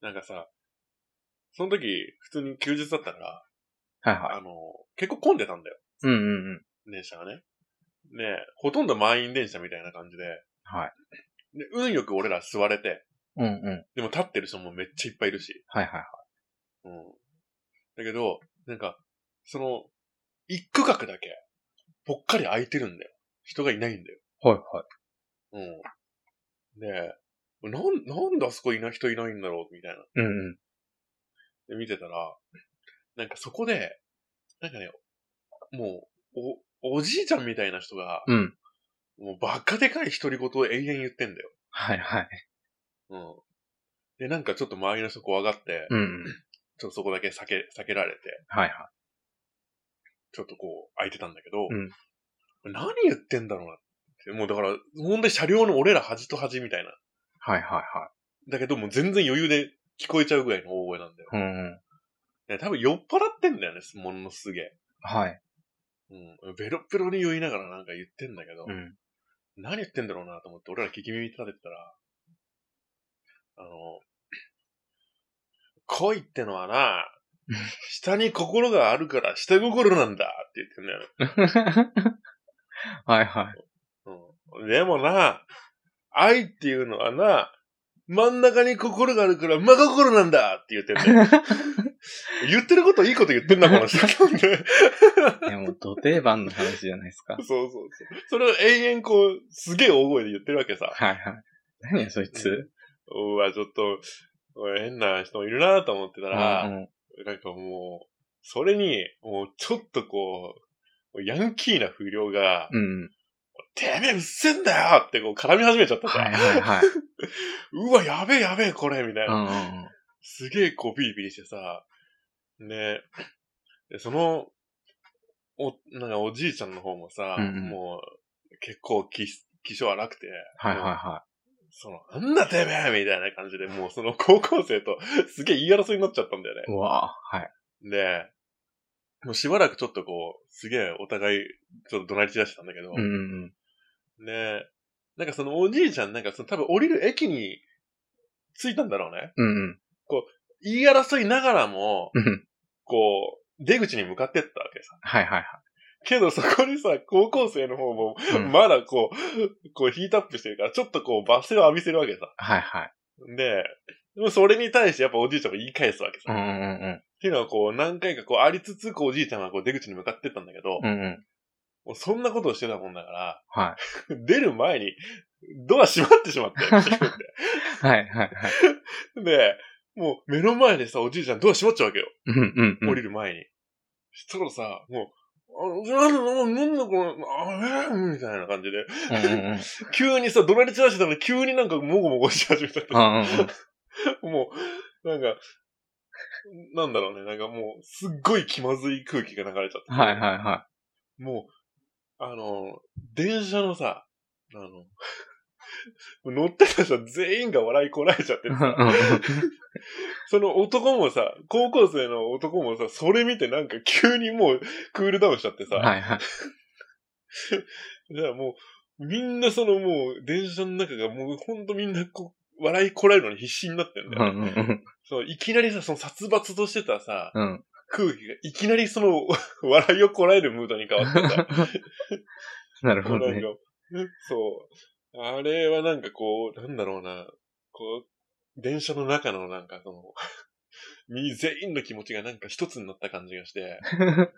なんかさ、その時、普通に休日だったから、
はいはい。
あの、結構混んでたんだよ、
うんうんうん。
電車がね。ねほとんど満員電車みたいな感じで、
はい。
で、運よく俺ら座れて、
うんうん。
でも立ってる人もめっちゃいっぱいいるし、
はいはいはい。
うん。だけど、なんか、その、一区画だけ、ぽっかり空いてるんだよ。人がいないんだよ。
はいはい。
うん。で、なん、なんであそこいな人いないんだろうみたいな。
うんうん。
で、見てたら、なんかそこで、なんかね、もう、お、おじいちゃんみたいな人が、
うん。
もうバカでかい独り言を永遠言ってんだよ。
はいはい。
うん。で、なんかちょっと周りの人怖がって、
うんうん。
ちょっとそこだけ避け、避けられて、
はいはい。
ちょっとこう、空いてたんだけど、
うん
何言ってんだろうなって。もうだから、ほんとに車両の俺ら端と端みたいな。
はいは
だけどもう全然余裕で聞こえちゃうぐらいの大声なんだよ。
いはい。うんうん。
ね、多分酔っ払ってんだよね、ものすげえ。
はい。
うん。ベロッベロに酔いながらなんか言ってんだけど、
うん。
何言ってんだろうなと思って、俺ら聞き耳立ててたら、あの、恋ってのは
*laughs*
な
うん、
下に心があるから下心なんだって言ってんだよね。
はいはい。
うん。でもな、愛っていうのはな、真ん中に心があるから、真心なんだって言ってんね。
*laughs*
言ってることいいこと言ってんな、この人。 *laughs* そう
いや、もう、土定番の話じゃないです *laughs* か。
そうそう。それを延々こう、すげえ大声で言ってるわけさ。
はいはい。何や、そいつ。
うわ、ちょっと、おい変な人もいるなと思ってたら、
うんうん
なんかもう、それに、もうちょっとこう、ヤンキーな不良が、
うん。
てめえうっせんだよってこう絡み始めちゃったさ、
はいはいはい。 *laughs*
うわ、やべえやべえこれみたいな。
うんうんうん。
すげえこうビリビリしてさ、ねで、その、お、なんかおじいちゃんの方もさ、
うんうん
もう、結構気し、気性荒くて、
はいはいは
その、なんだてめえみたいな感じで、もうその高校生とすげえ言い争いになっちゃったんだよね。
い。うわぁ、はい。
で、もうしばらくちょっとこう、すげえお互い、ちょっと怒鳴り散らしたんだけど、
うんうん
ねなんかそのおじいちゃん、なんかその多分降りる駅に着いたんだろうね。
うん。うん
言い争いながらも、
うん。うん。
こう、出口に向かってったわけさ。
はいはい
けどそこにさ、高校生の方も、
はい。 *laughs* うん
まだこう、こうヒートアップしてるから、ちょっとこう、罵声を浴びせるわけさ。
はいはい。
で、でもそれに対してやっぱおじいちゃんも言い返すわけ
う
さ。
んう
っ
んうん
ていうのはこう、何回かこう、ありつつ、こう、おじいちゃんはこう、出口に向かってったんだけど、
うん。うんうん。
もうそんなことをしてたもんだから、
は
*laughs* 出る前に、ドア閉まってしまって。
い。はいはいはい。 *laughs*
で、もう目の前でさ、おじいちゃんドア閉まっちゃうわけよ。
うんうんうん。
降りる前に。そしたらさ、もう、あ、なんだ、なんだこの、あえーみたいな感じで。
うんうんうん。
急にさ、怒鳴り散らしてたのに急になんかもごもごし始めちゃって
う。んうんうん。
もう、なんか、なんだろうね、なんかもう、すっごい気まずい空気が流れちゃって。
はいはいは
もう、あの、電車のさ、あの、乗ってた人全員が笑いこらえちゃ *laughs* って
い。う
る
んうんうん
その男もさ、高校生の男もさ、それ見てなんか急にもうクールダウンしちゃってさ、
はいはい。
じゃあもう、みんなそのもう、電車の中がもうほんとみんなこう、笑いこらえるのに必死になってんだ
う
よ。
んうんうん。
そう、いきなりさ、その殺伐としてたさ、
うん。
空気がいきなりその、 *laughs* 笑いをこらえるムードに変わって
*laughs*
さ、
なる
も
ほ
う
ど
なん
ね。
か、そう。あれはなんかこう、なんだろうな、こう、電車の中のなんかその、 *laughs* み全員の気持ちがなんか一つになった感じがして、なんか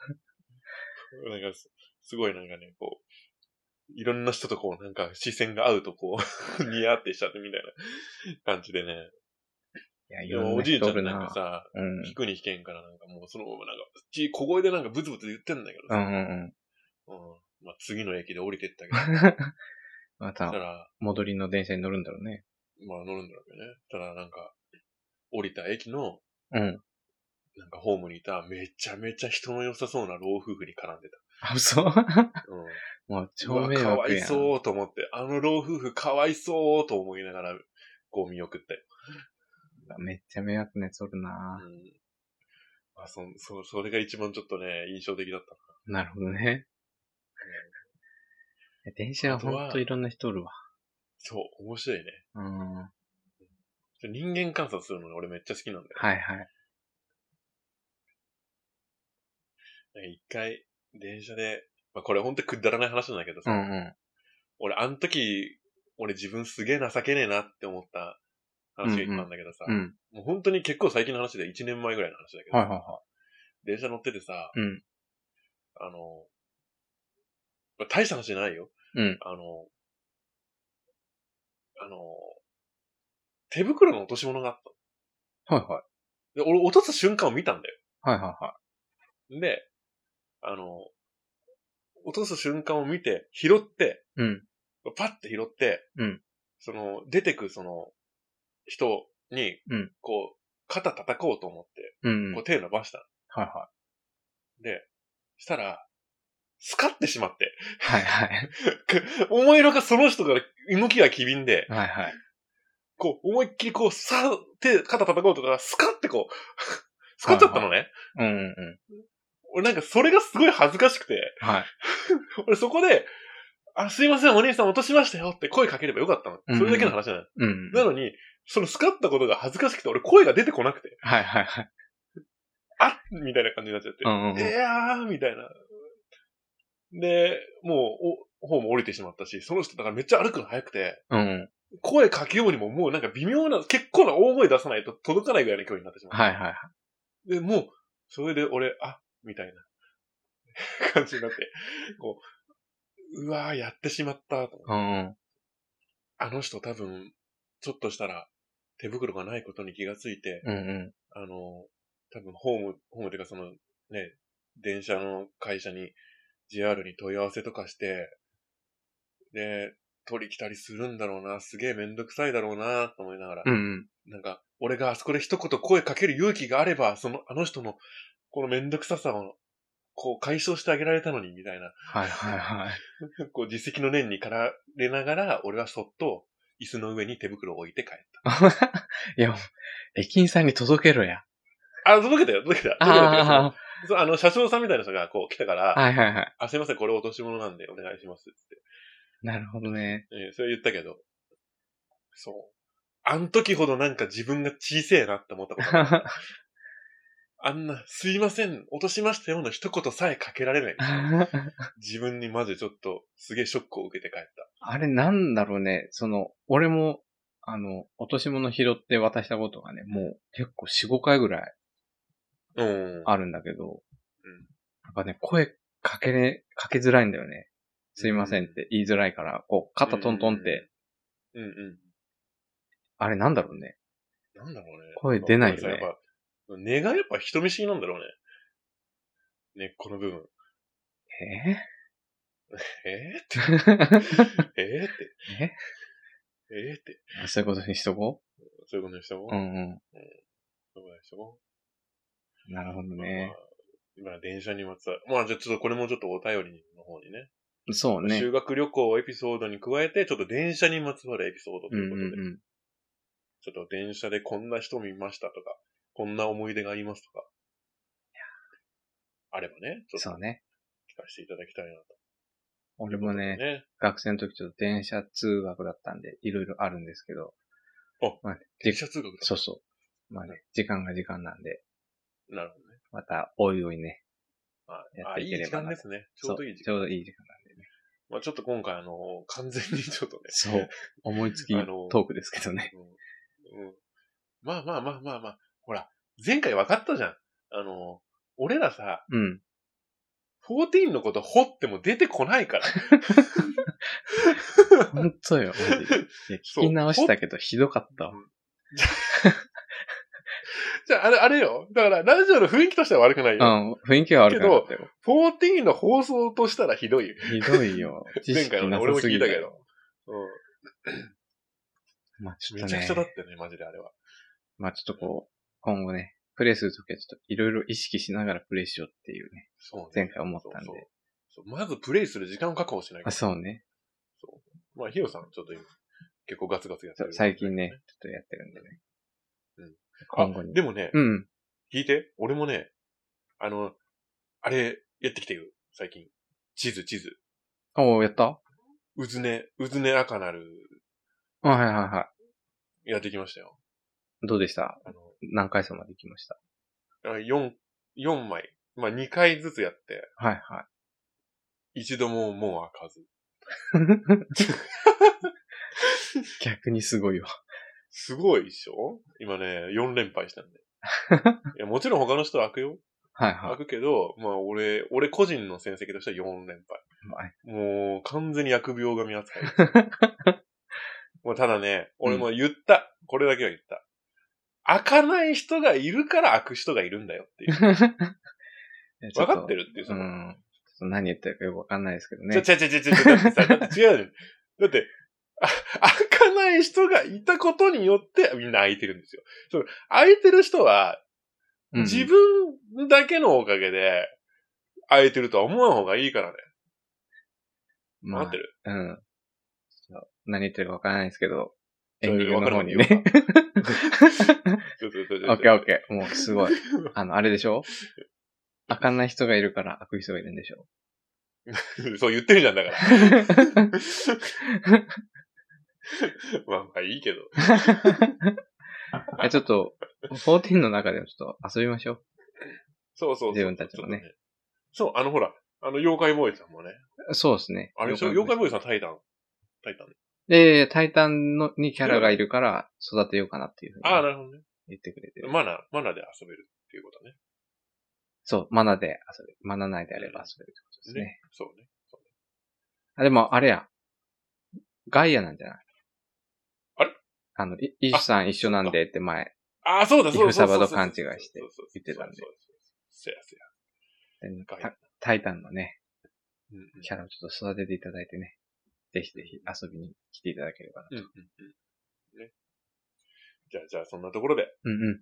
すすごいなんかね、こう、いろんな人とこう、なんか視線が合うとこ
*laughs*
う、ニヤってしちゃってみたいな感じでね。
いや、い
で
ろ
も
ん
お
な
じい
人
ち
お
ゃ
る
んなん
な
か。さ、
うん。
聞くに聞けんからなんかもうそのままなんか、うち小声でなんかブツブツ言ってんだけど
う
さ、
んうん
うんまあ次の駅で降りてったけど、
う
そし
ん。ま
た
た、
ら、
戻りの電車に乗るんだろうね。
まあ乗るんだろうけどね。ただなんか、降りた駅の、
うん。
なんかホームにいた、めちゃめちゃ人の良さそうな老夫婦に絡んで
あ、そう。
た。うん。
*laughs* もう、超
うわ
迷
かわ
惑
い
やん。
そうと思って、あの老夫婦かわいそうと思いながら、こう見送って。
めっちゃ迷惑なやつおる
う。
なん
まあ、そ、そ、それが一番ちょっとね、印象的だった。
なるほどね。電車はほんといろんな人おるわ。
そう、面白いね。
うん。はい
人間観察するのが俺めっちゃ好きなんだよ。
はい。
なんか一回、電車で、まあこれほんとくだらない話なんだけど
う
さ、
んうん。
俺、あの時、俺自分すげえ情けねえなって思った話が一個あんだけどさ、
うん。
もう本当に結構最近の話で1年前ぐらいの話だけど、
はいはいは
電車乗っててさ、
い。うん。
あの、まあ大した話じゃないよ。
うん
あの、あの、手袋の落とし物があっ
はいはい。
た。で、俺落とす瞬間を見たんだよ。
はいはいは
で、あの、落とす瞬間を見て、拾って、
い。うん。
パッて拾って、
うん
その、出てくその、人に、
うん
こう、肩叩こうと思って、
うん。
こ
は
う手伸ばしたの。
いは
で、したら、スカってしまって、
い。はいはい。
思いのがその人から動きが機敏で、
はいはい。
こう、思いっきりこう、さ、手、肩叩こうとか、スカってこう、スカっちゃったのね。
うんうん。
俺なんかそれがすごい恥ずかしくて、
はい。
俺そこで、あ、すいません、お兄さん落としましたよって声かければよかったの。それだけの話なの。
うん。
なのに、そのスカったことが恥ずかしくて、俺声が出てこなくて、
はいはいはい。
あっみたいな感じになっちゃって
う、んうん
いやーみたいな。で、もう、お、方も降りてしまったし、その人だからめっちゃ歩くの早くて、
うん。うん。
声かけようにももうなんか微妙な、結構な大声出さないと届かないぐらいの距離になってしまう。
はいはい。
で、もう、それで俺、あ、みたいな *laughs* 感じになって、こう、うわーやってしまったと思って。
うん。
あの人多分、ちょっとしたら、手袋がないことに気がついて、
うんうん。
あの、多分ホーム、ホームっていうかその、ね、電車の会社に、JR に問い合わせとかして、で、取り来たりするんだろうな、すげえめんどくさいだろうな、と思いながら、
うんうん。
なんか、俺があそこで一言声かける勇気があれば、その、あの人の、このめんどくささを、こう解消してあげられたのに、みたいな。 *laughs*
はいはいはい。 *laughs*
こう、実績の念にかられながら、俺はそっと、椅子の上に手袋を置いて帰った。
いや、駅員さんに届けろや。
あ、届けたよ、届けた。届けたっていうか
あ
そうあの、車掌さんみたいな人がこう来たから、
あ、はいはいはい。
あ、すいません、これ落とし物なんでお願いしますって。
なるほどね。 *laughs*
えーそれ言ったけど、そう。あん時ほどなんか自分が小せえなって思った
*laughs*
ことない。あんな、すいません、落としましたよの一言さえかけられない。自分にマジでちょっと、すげえショックを受けて帰った。
あれなんだろうね。その、俺も、あの、落とし物拾って渡したことがね、もう結構4、5回ぐらい
うん。
あるんだけど、
うん
やっぱね、声かけね、かけづらいんだよね。すいませんって言いづらいから、こう、肩トントンって、
うんうん。
あれなんだろうね。
なんだろうね。
声出ないよね
やっぱ、根がやっぱ人見知りなんだろうね。根っこの部分。
え
えー、
*laughs* ー
って、えー、って。
え
えー、って。
そういうことにしとこ
そういうことにしても、
う。うんう
そういうことにしても。
ん。なるほどね。
まあ、まあ電車にまつわる。まあ、じゃあちょっとこれもちょっとお便りの方にね。
そうね。
修学旅行エピソードに加えて、ちょっと電車にまつわるエピソードと
う
いうんこ
う
とで、
んうん。
ちょっと電車でこんな人見ましたとか、こんな思い出がありますとか、あればね、ちょっと
そうね。
聞かせていただきたいなと。
俺もね、
ね。
学生の時ちょっと電車通学だったんで、いろいろあるんですけど。
あ
まあ、で
電車通学だ。
そうそう。まあね、時間が時間なんで、
なるほどね。
また、おいおいね。
ま
や
あ、
っ
あ
て
い
い
い
けれ
時
ば
間
な
ですね。ちょうどいい時
そ
間。
うちょうどいい時間なんでね。
まあ、ちょっと今回、あの、完全にちょっとね、 *laughs*
そう。思いつき
あの
トークですけどね。
うんうんまあまあまあまあまあ。ほら、前回分かったじゃん。あの、俺らさ、
うん。
14のこと掘っても出てこない
*laughs*
から。
ほんとよ。マジ
*laughs*
でいや聞き直したけど、ひどかったわ。
じゃあ、あれ、あれよ。だから、ラジオの雰囲気としては悪くないうよ。
ん。雰囲気は悪くなかったよ。
14の放送としたらひどいよ。
ひどいよ。知
前
識
回のね、
な
俺も
さす
聞
ぎ
いた
だ
け
よ。
ど。う
まあち
ん。め
ょっ
ち
と
ゃくちゃだっ
ね、
たよね、マジであれは。
まあちょっとこう、今後ね、プレイするときはちょっといろいろ意識しながらプレイしようっていうね、
そうね。
前回思ったんで
そう。そうそうまずプレイする時間を確保しない
あ、
と。
そうね。
まあ、ヒロさん、ちょっと今、結構ガツガツやって
そう
る。
最近ね、ちょっとやってるんでね。
うん。
今後に。
でもね、
うん。
聞いて、俺もね、あの、あれ、やってきてる、最近。地図、地図。
おー、やった
うずね、うずね赤なる、
あはいはいは
やってきましたよ。
い。どうでした
あ
何回戦まで行きました
の、4、4枚。まあ、2回ずつやって、
はいはい。
一度ももう開かず。
逆にすごいわ。
すごいでしょ今ね、4連敗したん
*laughs*
で。いや、もちろん他の人は開くよ。
はい
開
はい。
くけど、まあ、俺、俺個人の戦績としては4連敗。
*laughs*
もう、完全に疫病神扱い。もうただね、俺も言った。これだけは言った。開かない人がいるから開く人がいるんだよ
*laughs*
っていう。分かって
る
るっていう、
う
その。
ん。ちょっと何言ってるかよくわかんないですけど
ちょ、
ね。
ちょ、ちょ、ちょ、ちょ、だってさ、だって違うよね。だって、あ開かない人がいたことによって、みんな開いてるんですよ。その開いてる人は、
うん
自分だけのおかげで、開いてるとは思わん方がいいからね。待
まあ
って、る。
うん。ちょっと何言ってるかわからないですけど、エ
そ
ンデ
れ
ィングの方に
わからん
ね
方。そうそうそう
オ
そう
ッケー *laughs* オッケー。もうすごい。あの、あれでしょ開かない人がいるから開く人がいるんでしょ *laughs*
そう言ってるじゃん、だから。 *laughs* まあまあいいけど。
えちょっと、14の中でもちょっと遊びましょう。
そうそうそう。
自分たちもね
ょっと。そう、あのほら、あの、妖怪ボーイさんもね。
そうですね。
あれでしょ
了
妖
解
怪ボーイさんタイタン。タイタン。
で、タイタンのにキャラがいるから育てようかなっていうふうに
ああ、なるほどね。
言ってくれてる。
マナー、マナーで遊べるっていうことね。
そう、マナで遊べる。マナ内であれば遊べるってことですね。
ね。そうね。そうね
あ、でも、あれや。ガイアなんじゃない
あれ
あの、いイシさん一緒なんでって前、
ああ、そうだ、そうだ。
イフサバ
そうだ
と勘違いして
そうそうそう
言ってたんで
そうそうそうせやせや。ガイア
タタイタンのね、
うんうん
キャラをちょっと育てていただいてね、ぜひぜひ遊びに来ていただければな。
うんうんうん。ね。じゃあ、じゃあ、そんなところで、
うんう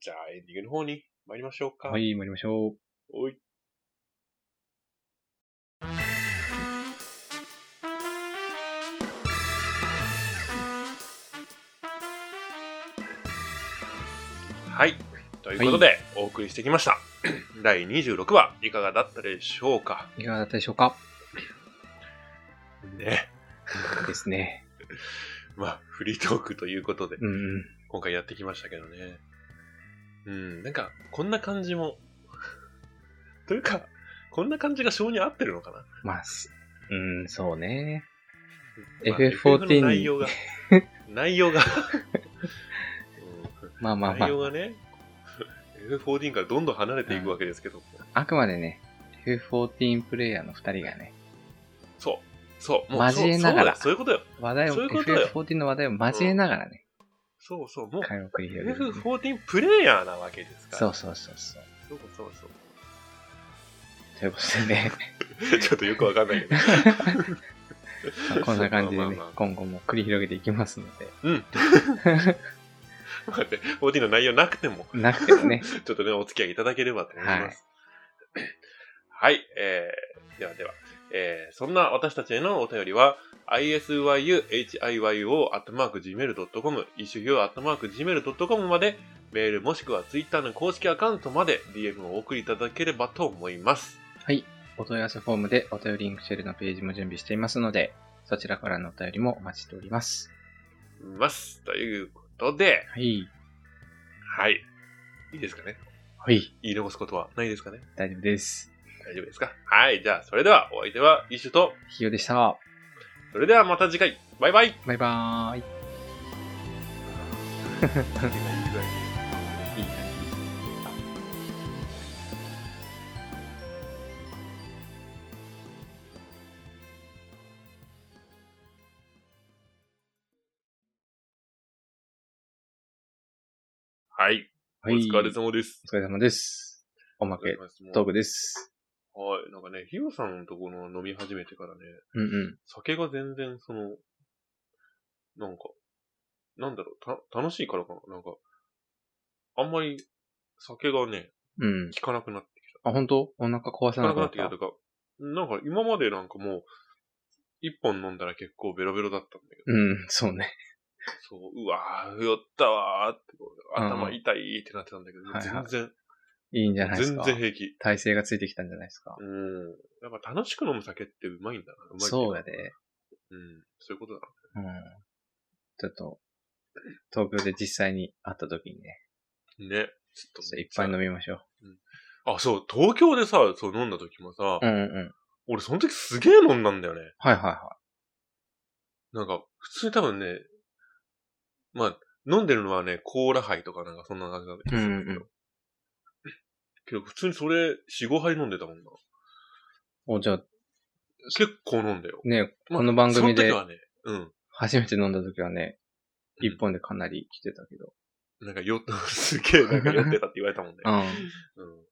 じゃあ、エンディングの方に参りましょうか。
ん。は。い、参りましょう。
おい。はい。ということで、お送りしてきました。 *clears throat* 第26話、いかがだったでしょうか
いかがだったでしょうか
ね。
ですね。
まあ、フリートークということで、
うんうん。
今回やってきましたけどね。うん、なんか、こんな感じも、 *laughs* というか、こんな感じが性に合ってるのかな、
まあ、すうん、そうね。
まあ
FF14
の内容
*laughs*
が、内容が、
まあ
う
ま
ん
あま
内
あ
容、がね、FF14 からどんどん離れていくわけですけども、
あくまでね、F14 プレイヤーの二人がね、
そう、そう、もう
交えながら
そうそうだよそういうことよ。
話題を、
そういうことよ
FF14 の話題を交えながらね、
そうそう、もう
会話を繰り広げる、ね。
FF14 プレイヤーなわけですから。
そうそうそうそう。
そうそうそう。
ということでね、
*laughs* ちょっとよくわかんないけ
*laughs*
ど。
ま
*laughs*
あこんな感じでね
まあまあまあ、
今後も繰り広げていきますので、
うん。待って、14の内容なくても、
なくても
*laughs*
ね、
ちょっとね、お付き合いいただければと思います。はい、えー、ではでは、えー、そんな私たちへのお便りは、isyuhiyo.gmail.com、一周表 .gmail.com まで、メールもしくは Twitter の公式アカウントまで DM をお送りいただければと思います。
はい。お問い合わせフォームでお便りインクシェルのページも準備していますので、そちらからのお便りもお待ちしております。
ます。ということで、
はい。
はい。いいですかね
はい。
言い残すことはないですかね
大丈夫です。
大丈夫ですかはい。じゃあ、それでは、お相手は、イシュと、
ひよでした。
それではまた次回、バイバイ
バイバーイ。いい感じ。
はい。お
はい。
疲れ様です。
お疲れ様です。おま
お疲れ
け
様です。
トークです。
はい。なんかね、ヒロさんのところの飲み始めてからね、
うんうん。
酒が全然その、なんか、なんだろう、た、楽しいからかななんか、あんまり酒がね、
うん。
効かなくなってき
あ、本当お腹壊
た。
さ
効かな
なく
く
な
なっ
っ
き
て
た
た
と。か、なんか今までなんかもう、一本飲んだら結構ベロベロだったんだけど、
うん、そうね。
そう、うわー、酔ったわーって、頭
うん
痛いってなってたんだけど、
はいは
全
い
然、
いいんじゃないです
全
か。
然平気。
体勢がついてきたんじゃないですか。
うん。やっぱ楽しく飲む酒ってうまいんだな。うまいっていか
そうや。で。
うん。そういうことだな。
うん。ちょっと、東京で実際に会った時にね、
ね。ち
ち
ょ
ょっといっぱい飲みましょ
あ、そう、東京でさ、そう飲んだ時もさ、
う。うんうん。
俺その時すげえ飲んだんだよね。
はいはいは
なんか、普通に多分ね、まあ、飲んでるのはね、コーラ杯とかなんかそんな感じなんだけど、
うんうん
*laughs* けど普通にそれ、4、5杯飲んでたもんな。
い。お、じゃあ、
結構飲んだよ。
ね、
まあ
この番組で
その時はね、うん。
初めて飲んだ時はね、
うん
一本でかなり来てたけど。
なんか酔っ、 *laughs* すげえなんか酔ってたって言われたもんね。
*laughs* うん。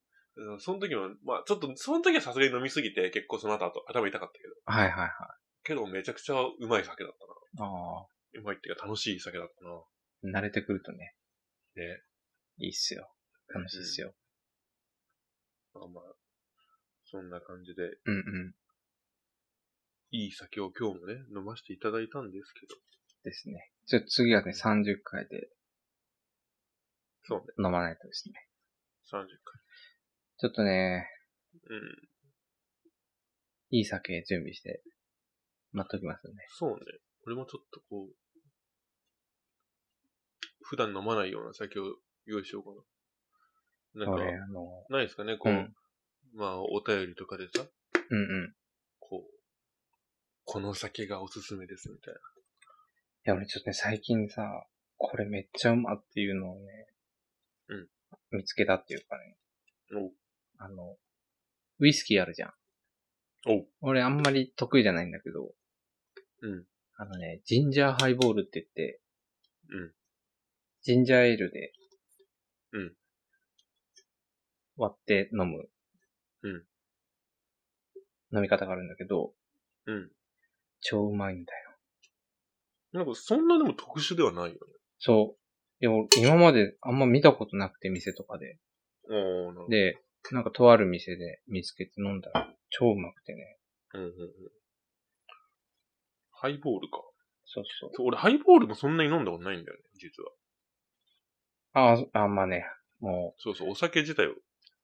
うん。その時も、まあちょっと、その時はさすがに飲みすぎて、結構その後後頭痛かったけど、
はいはいはい。
けどめちゃくちゃうまい酒だったな。
ああ、
うまいっていうか楽しい酒だったな。
慣れてくるとね、
ね。
いいっすよ。楽しいっすよ。
まあまあ、そんな感じで、
うんうん。
いい酒を今日もね、飲ませていただいたんですけど。
ですね。ちょ、次はね、30回で
そうね、
飲まないとですね。
30
ちょっとね、
回。うん。
いい酒準備して、待っときますね。
そうね。俺もちょっとこう、普段飲まないような酒を用意しようかな。なん
こ
か、
れ、あの、
ないですかね、こう、
うん
まあ、お便りとかでさ、
うんうん。
こう、この酒がおすすめですみたいな。
いや、俺ちょっとね、最近さ、これめっちゃうまっていうのをね、見つけたっていうかね、あの、ウイスキーあるじゃん。
おう。
俺あんまり得意じゃないんだけど、
うん。
あのね、ジンジャーハイボールって言って、
うん。
ジンジャーエールで、
うん。
割って飲む。
うん。
飲み方があるんだけど、
うん。
超うまいんだよ。
なんか、そんなでも特殊ではないよね。
そう。いや、俺今まであんま見たことなくて、店とかで。
ああ、なるほど。
で、なんかとある店で見つけて飲んだら、超うまくてね。
うんうんうん。ハイボールか。
そうそう。
そう俺、ハイボールもそんなに飲んだことないんだよね、実は。
ああ、あんまあね、もう、
そうそう、お酒自体を。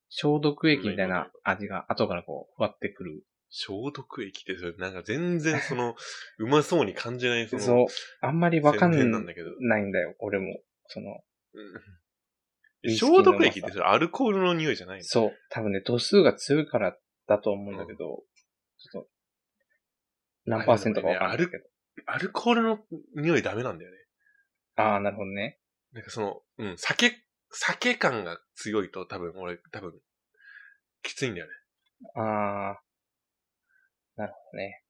消毒液みたいな味が後からこう、ふわってくる。
消毒液って、それなんか全然そ
*laughs*
の、うまそうに感じない、その、
そう。あんまりわかん
宣伝
な
なんだけど。
いんだよ、俺も。その、
うん消毒液ってそれアルコールの匂いじゃないの
そう。多分ね、度数が強いからだと思うんだけど、ちょっと、何パーセントかわかんないけど。
アルコールの匂いダメなんだよね。
ああ、なるほどね。
なんかその、うん、酒、酒感が強いと多分俺、多分、きついんだよね。
ああ、なるほどね。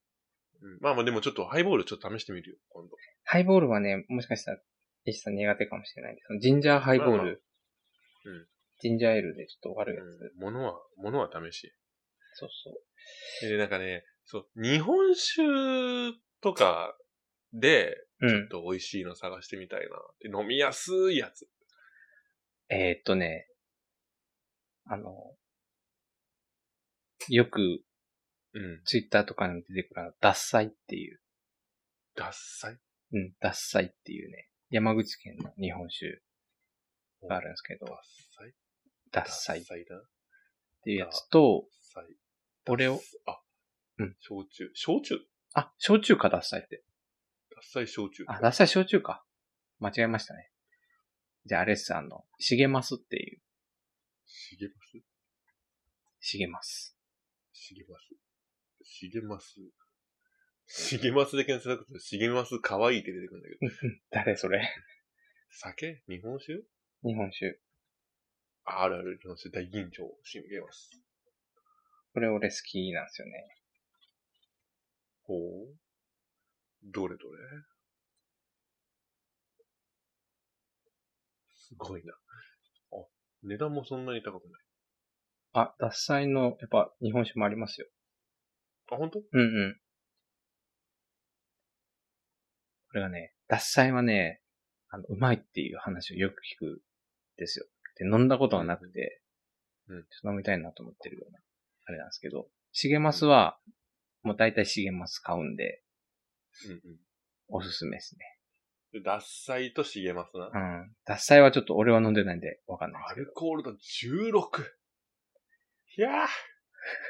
うん、まあまあでもちょっとハイボールちょっと試してみるよ、今度。
ハイボールはね、もしかしたら、石さん苦手かもしれない。そのジンジャーハイボー
まあまあ
ル。
うん
ジンジャーエールでちょっと悪いやつ。
うん、ものは、ものは試し。
そうそう。
で、なんかね、そう、日本酒とかで、
うん。
と美味しいの探してみたいな。で飲みやすいやつ。
えーっとね、あの、よく
うん。
ツイッターとかにも出てくる、ダッサイっていう、
ダッサい。
うん、ダッサイっていうね、山口県の日本酒があるんですけ
ダッ
ど、
サい。
ダッサイっ
ダッサいだ。
ていうやつと、
サイ。
これを、
あ、
うん。
焼酎。焼酎
あ、焼酎かダッサイって。
ダッサい焼酎。
あ、ダッサイ焼酎か。間違えましたね。じゃあ、アレッサンの、シゲマスっていう、
しげます
シゲマス。
しげます。しげます。しげますで検索すると、しげますかわいいって出てくるんだけど。
誰それ
酒日本酒
日本酒。
あるある日本酒大吟醸。しげます。
これ俺好きなんですよね。
ほう。どれどれすごいな。あ、値段もそんなに高くない。
あ、脱菜の、やっぱ日本酒もありますよ。
あ、本当？
うんうん。これがね、脱菜はね、あの、うまいっていう話をよく聞くんですよ。で、飲んだことがなくて、
うん
ちょっと飲みたいなと思ってるような、あれなんですけど、シゲマスは、もう大体シゲマス買うんで、
うんうん
おすすめですね。
で。ダッサイとしげますな
う。ん。脱菜はちょっと俺は飲んでないんで、わかんないです
ア
けど。
ルコール度16。いやー。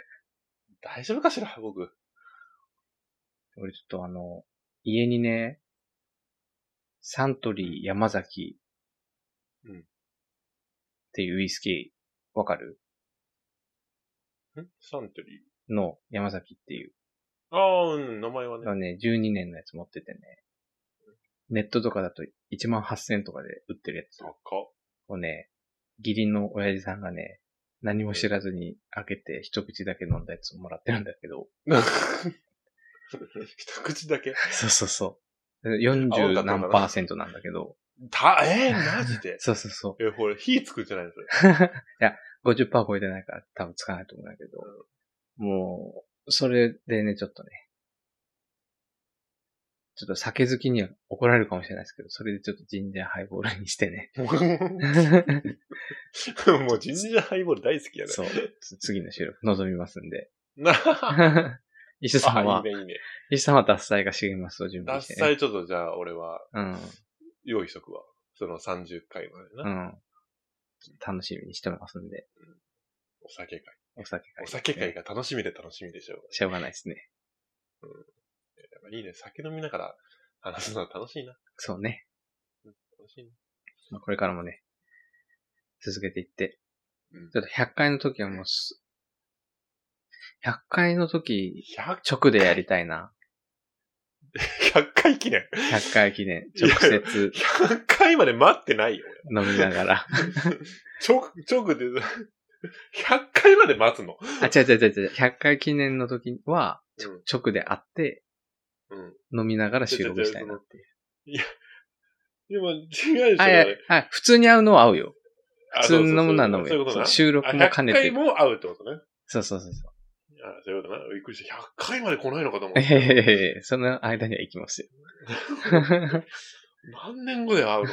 *laughs* 大丈夫かしら僕。
俺ちょっとあの、家にね、サントリー山崎、
うん
っていうウイスキー、わかる
んサントリー。
の、山崎っていう。
ああ、うん、名前はね。
あのね、12年のやつ持っててね。ネットとかだと1万8000とかで売ってるやつ
高
をね、義理の親父さんがね、何も知らずに開けて一口だけ飲んだやつをもらってるんだけど。
っ。 *laughs* 一口だけ。
*laughs* そうそうそう。40何パーセントなんだけど。
た、えー、マジで
そうそうそう。
え、これ火つくんじゃないのそれ。
いや、50%超えてないから多分つかないと思うんだけど、もう、それでね、ちょっとね、ちょっと酒好きには怒られるかもしれないですけど、それでちょっとジンジャーハイボールにしてね、
*laughs* もうジンジャーハイボール大好 *laughs* きやね。
そう、つ次の収録望みますんで。
な
石さん
あ、
は、
いいね、いいね。
石さんは脱菜が茂ますを準
脱
備して、ね。
菜ちょっとじゃあ俺は
うん、
用意しとくわ。その30回まで
う
な。
ん。楽しみにしてますんで、
お酒会。
お酒会、
お酒会。が楽しみで楽しみでしょう。
しょうがないですね。
やっぱいいね。酒飲みながら話すのは楽しいな。
そうね。
楽しいな。
まあ、これからもね、続けていって、
うん
ちょっと100回の時はもうす、100回の時
100
直でやりたいな。
100回記念。
100回記念、直接
100回まで待ってないよ。
飲みながら。
直、直で、100回まで待つの。
あ、違う違う違う違う。100回記念の時は、
う
直で会って、
ん。うん。
飲みながら収録したいなっていう。
でも、違うでしょ。
あ、いや、はい。普通に会うのは会うよ。
あ
普通に飲むのは飲む
そういう
よ
こと。な。
収録も
あ
兼
100
ねて
回。も会うってことね。
そうそうそうそ
あそういうことな。びっくりした。100回まで来ないのかと思っ
う。
た。
えへへへへ、そ
*laughs*
の間には行きますよ。
何年後で会うの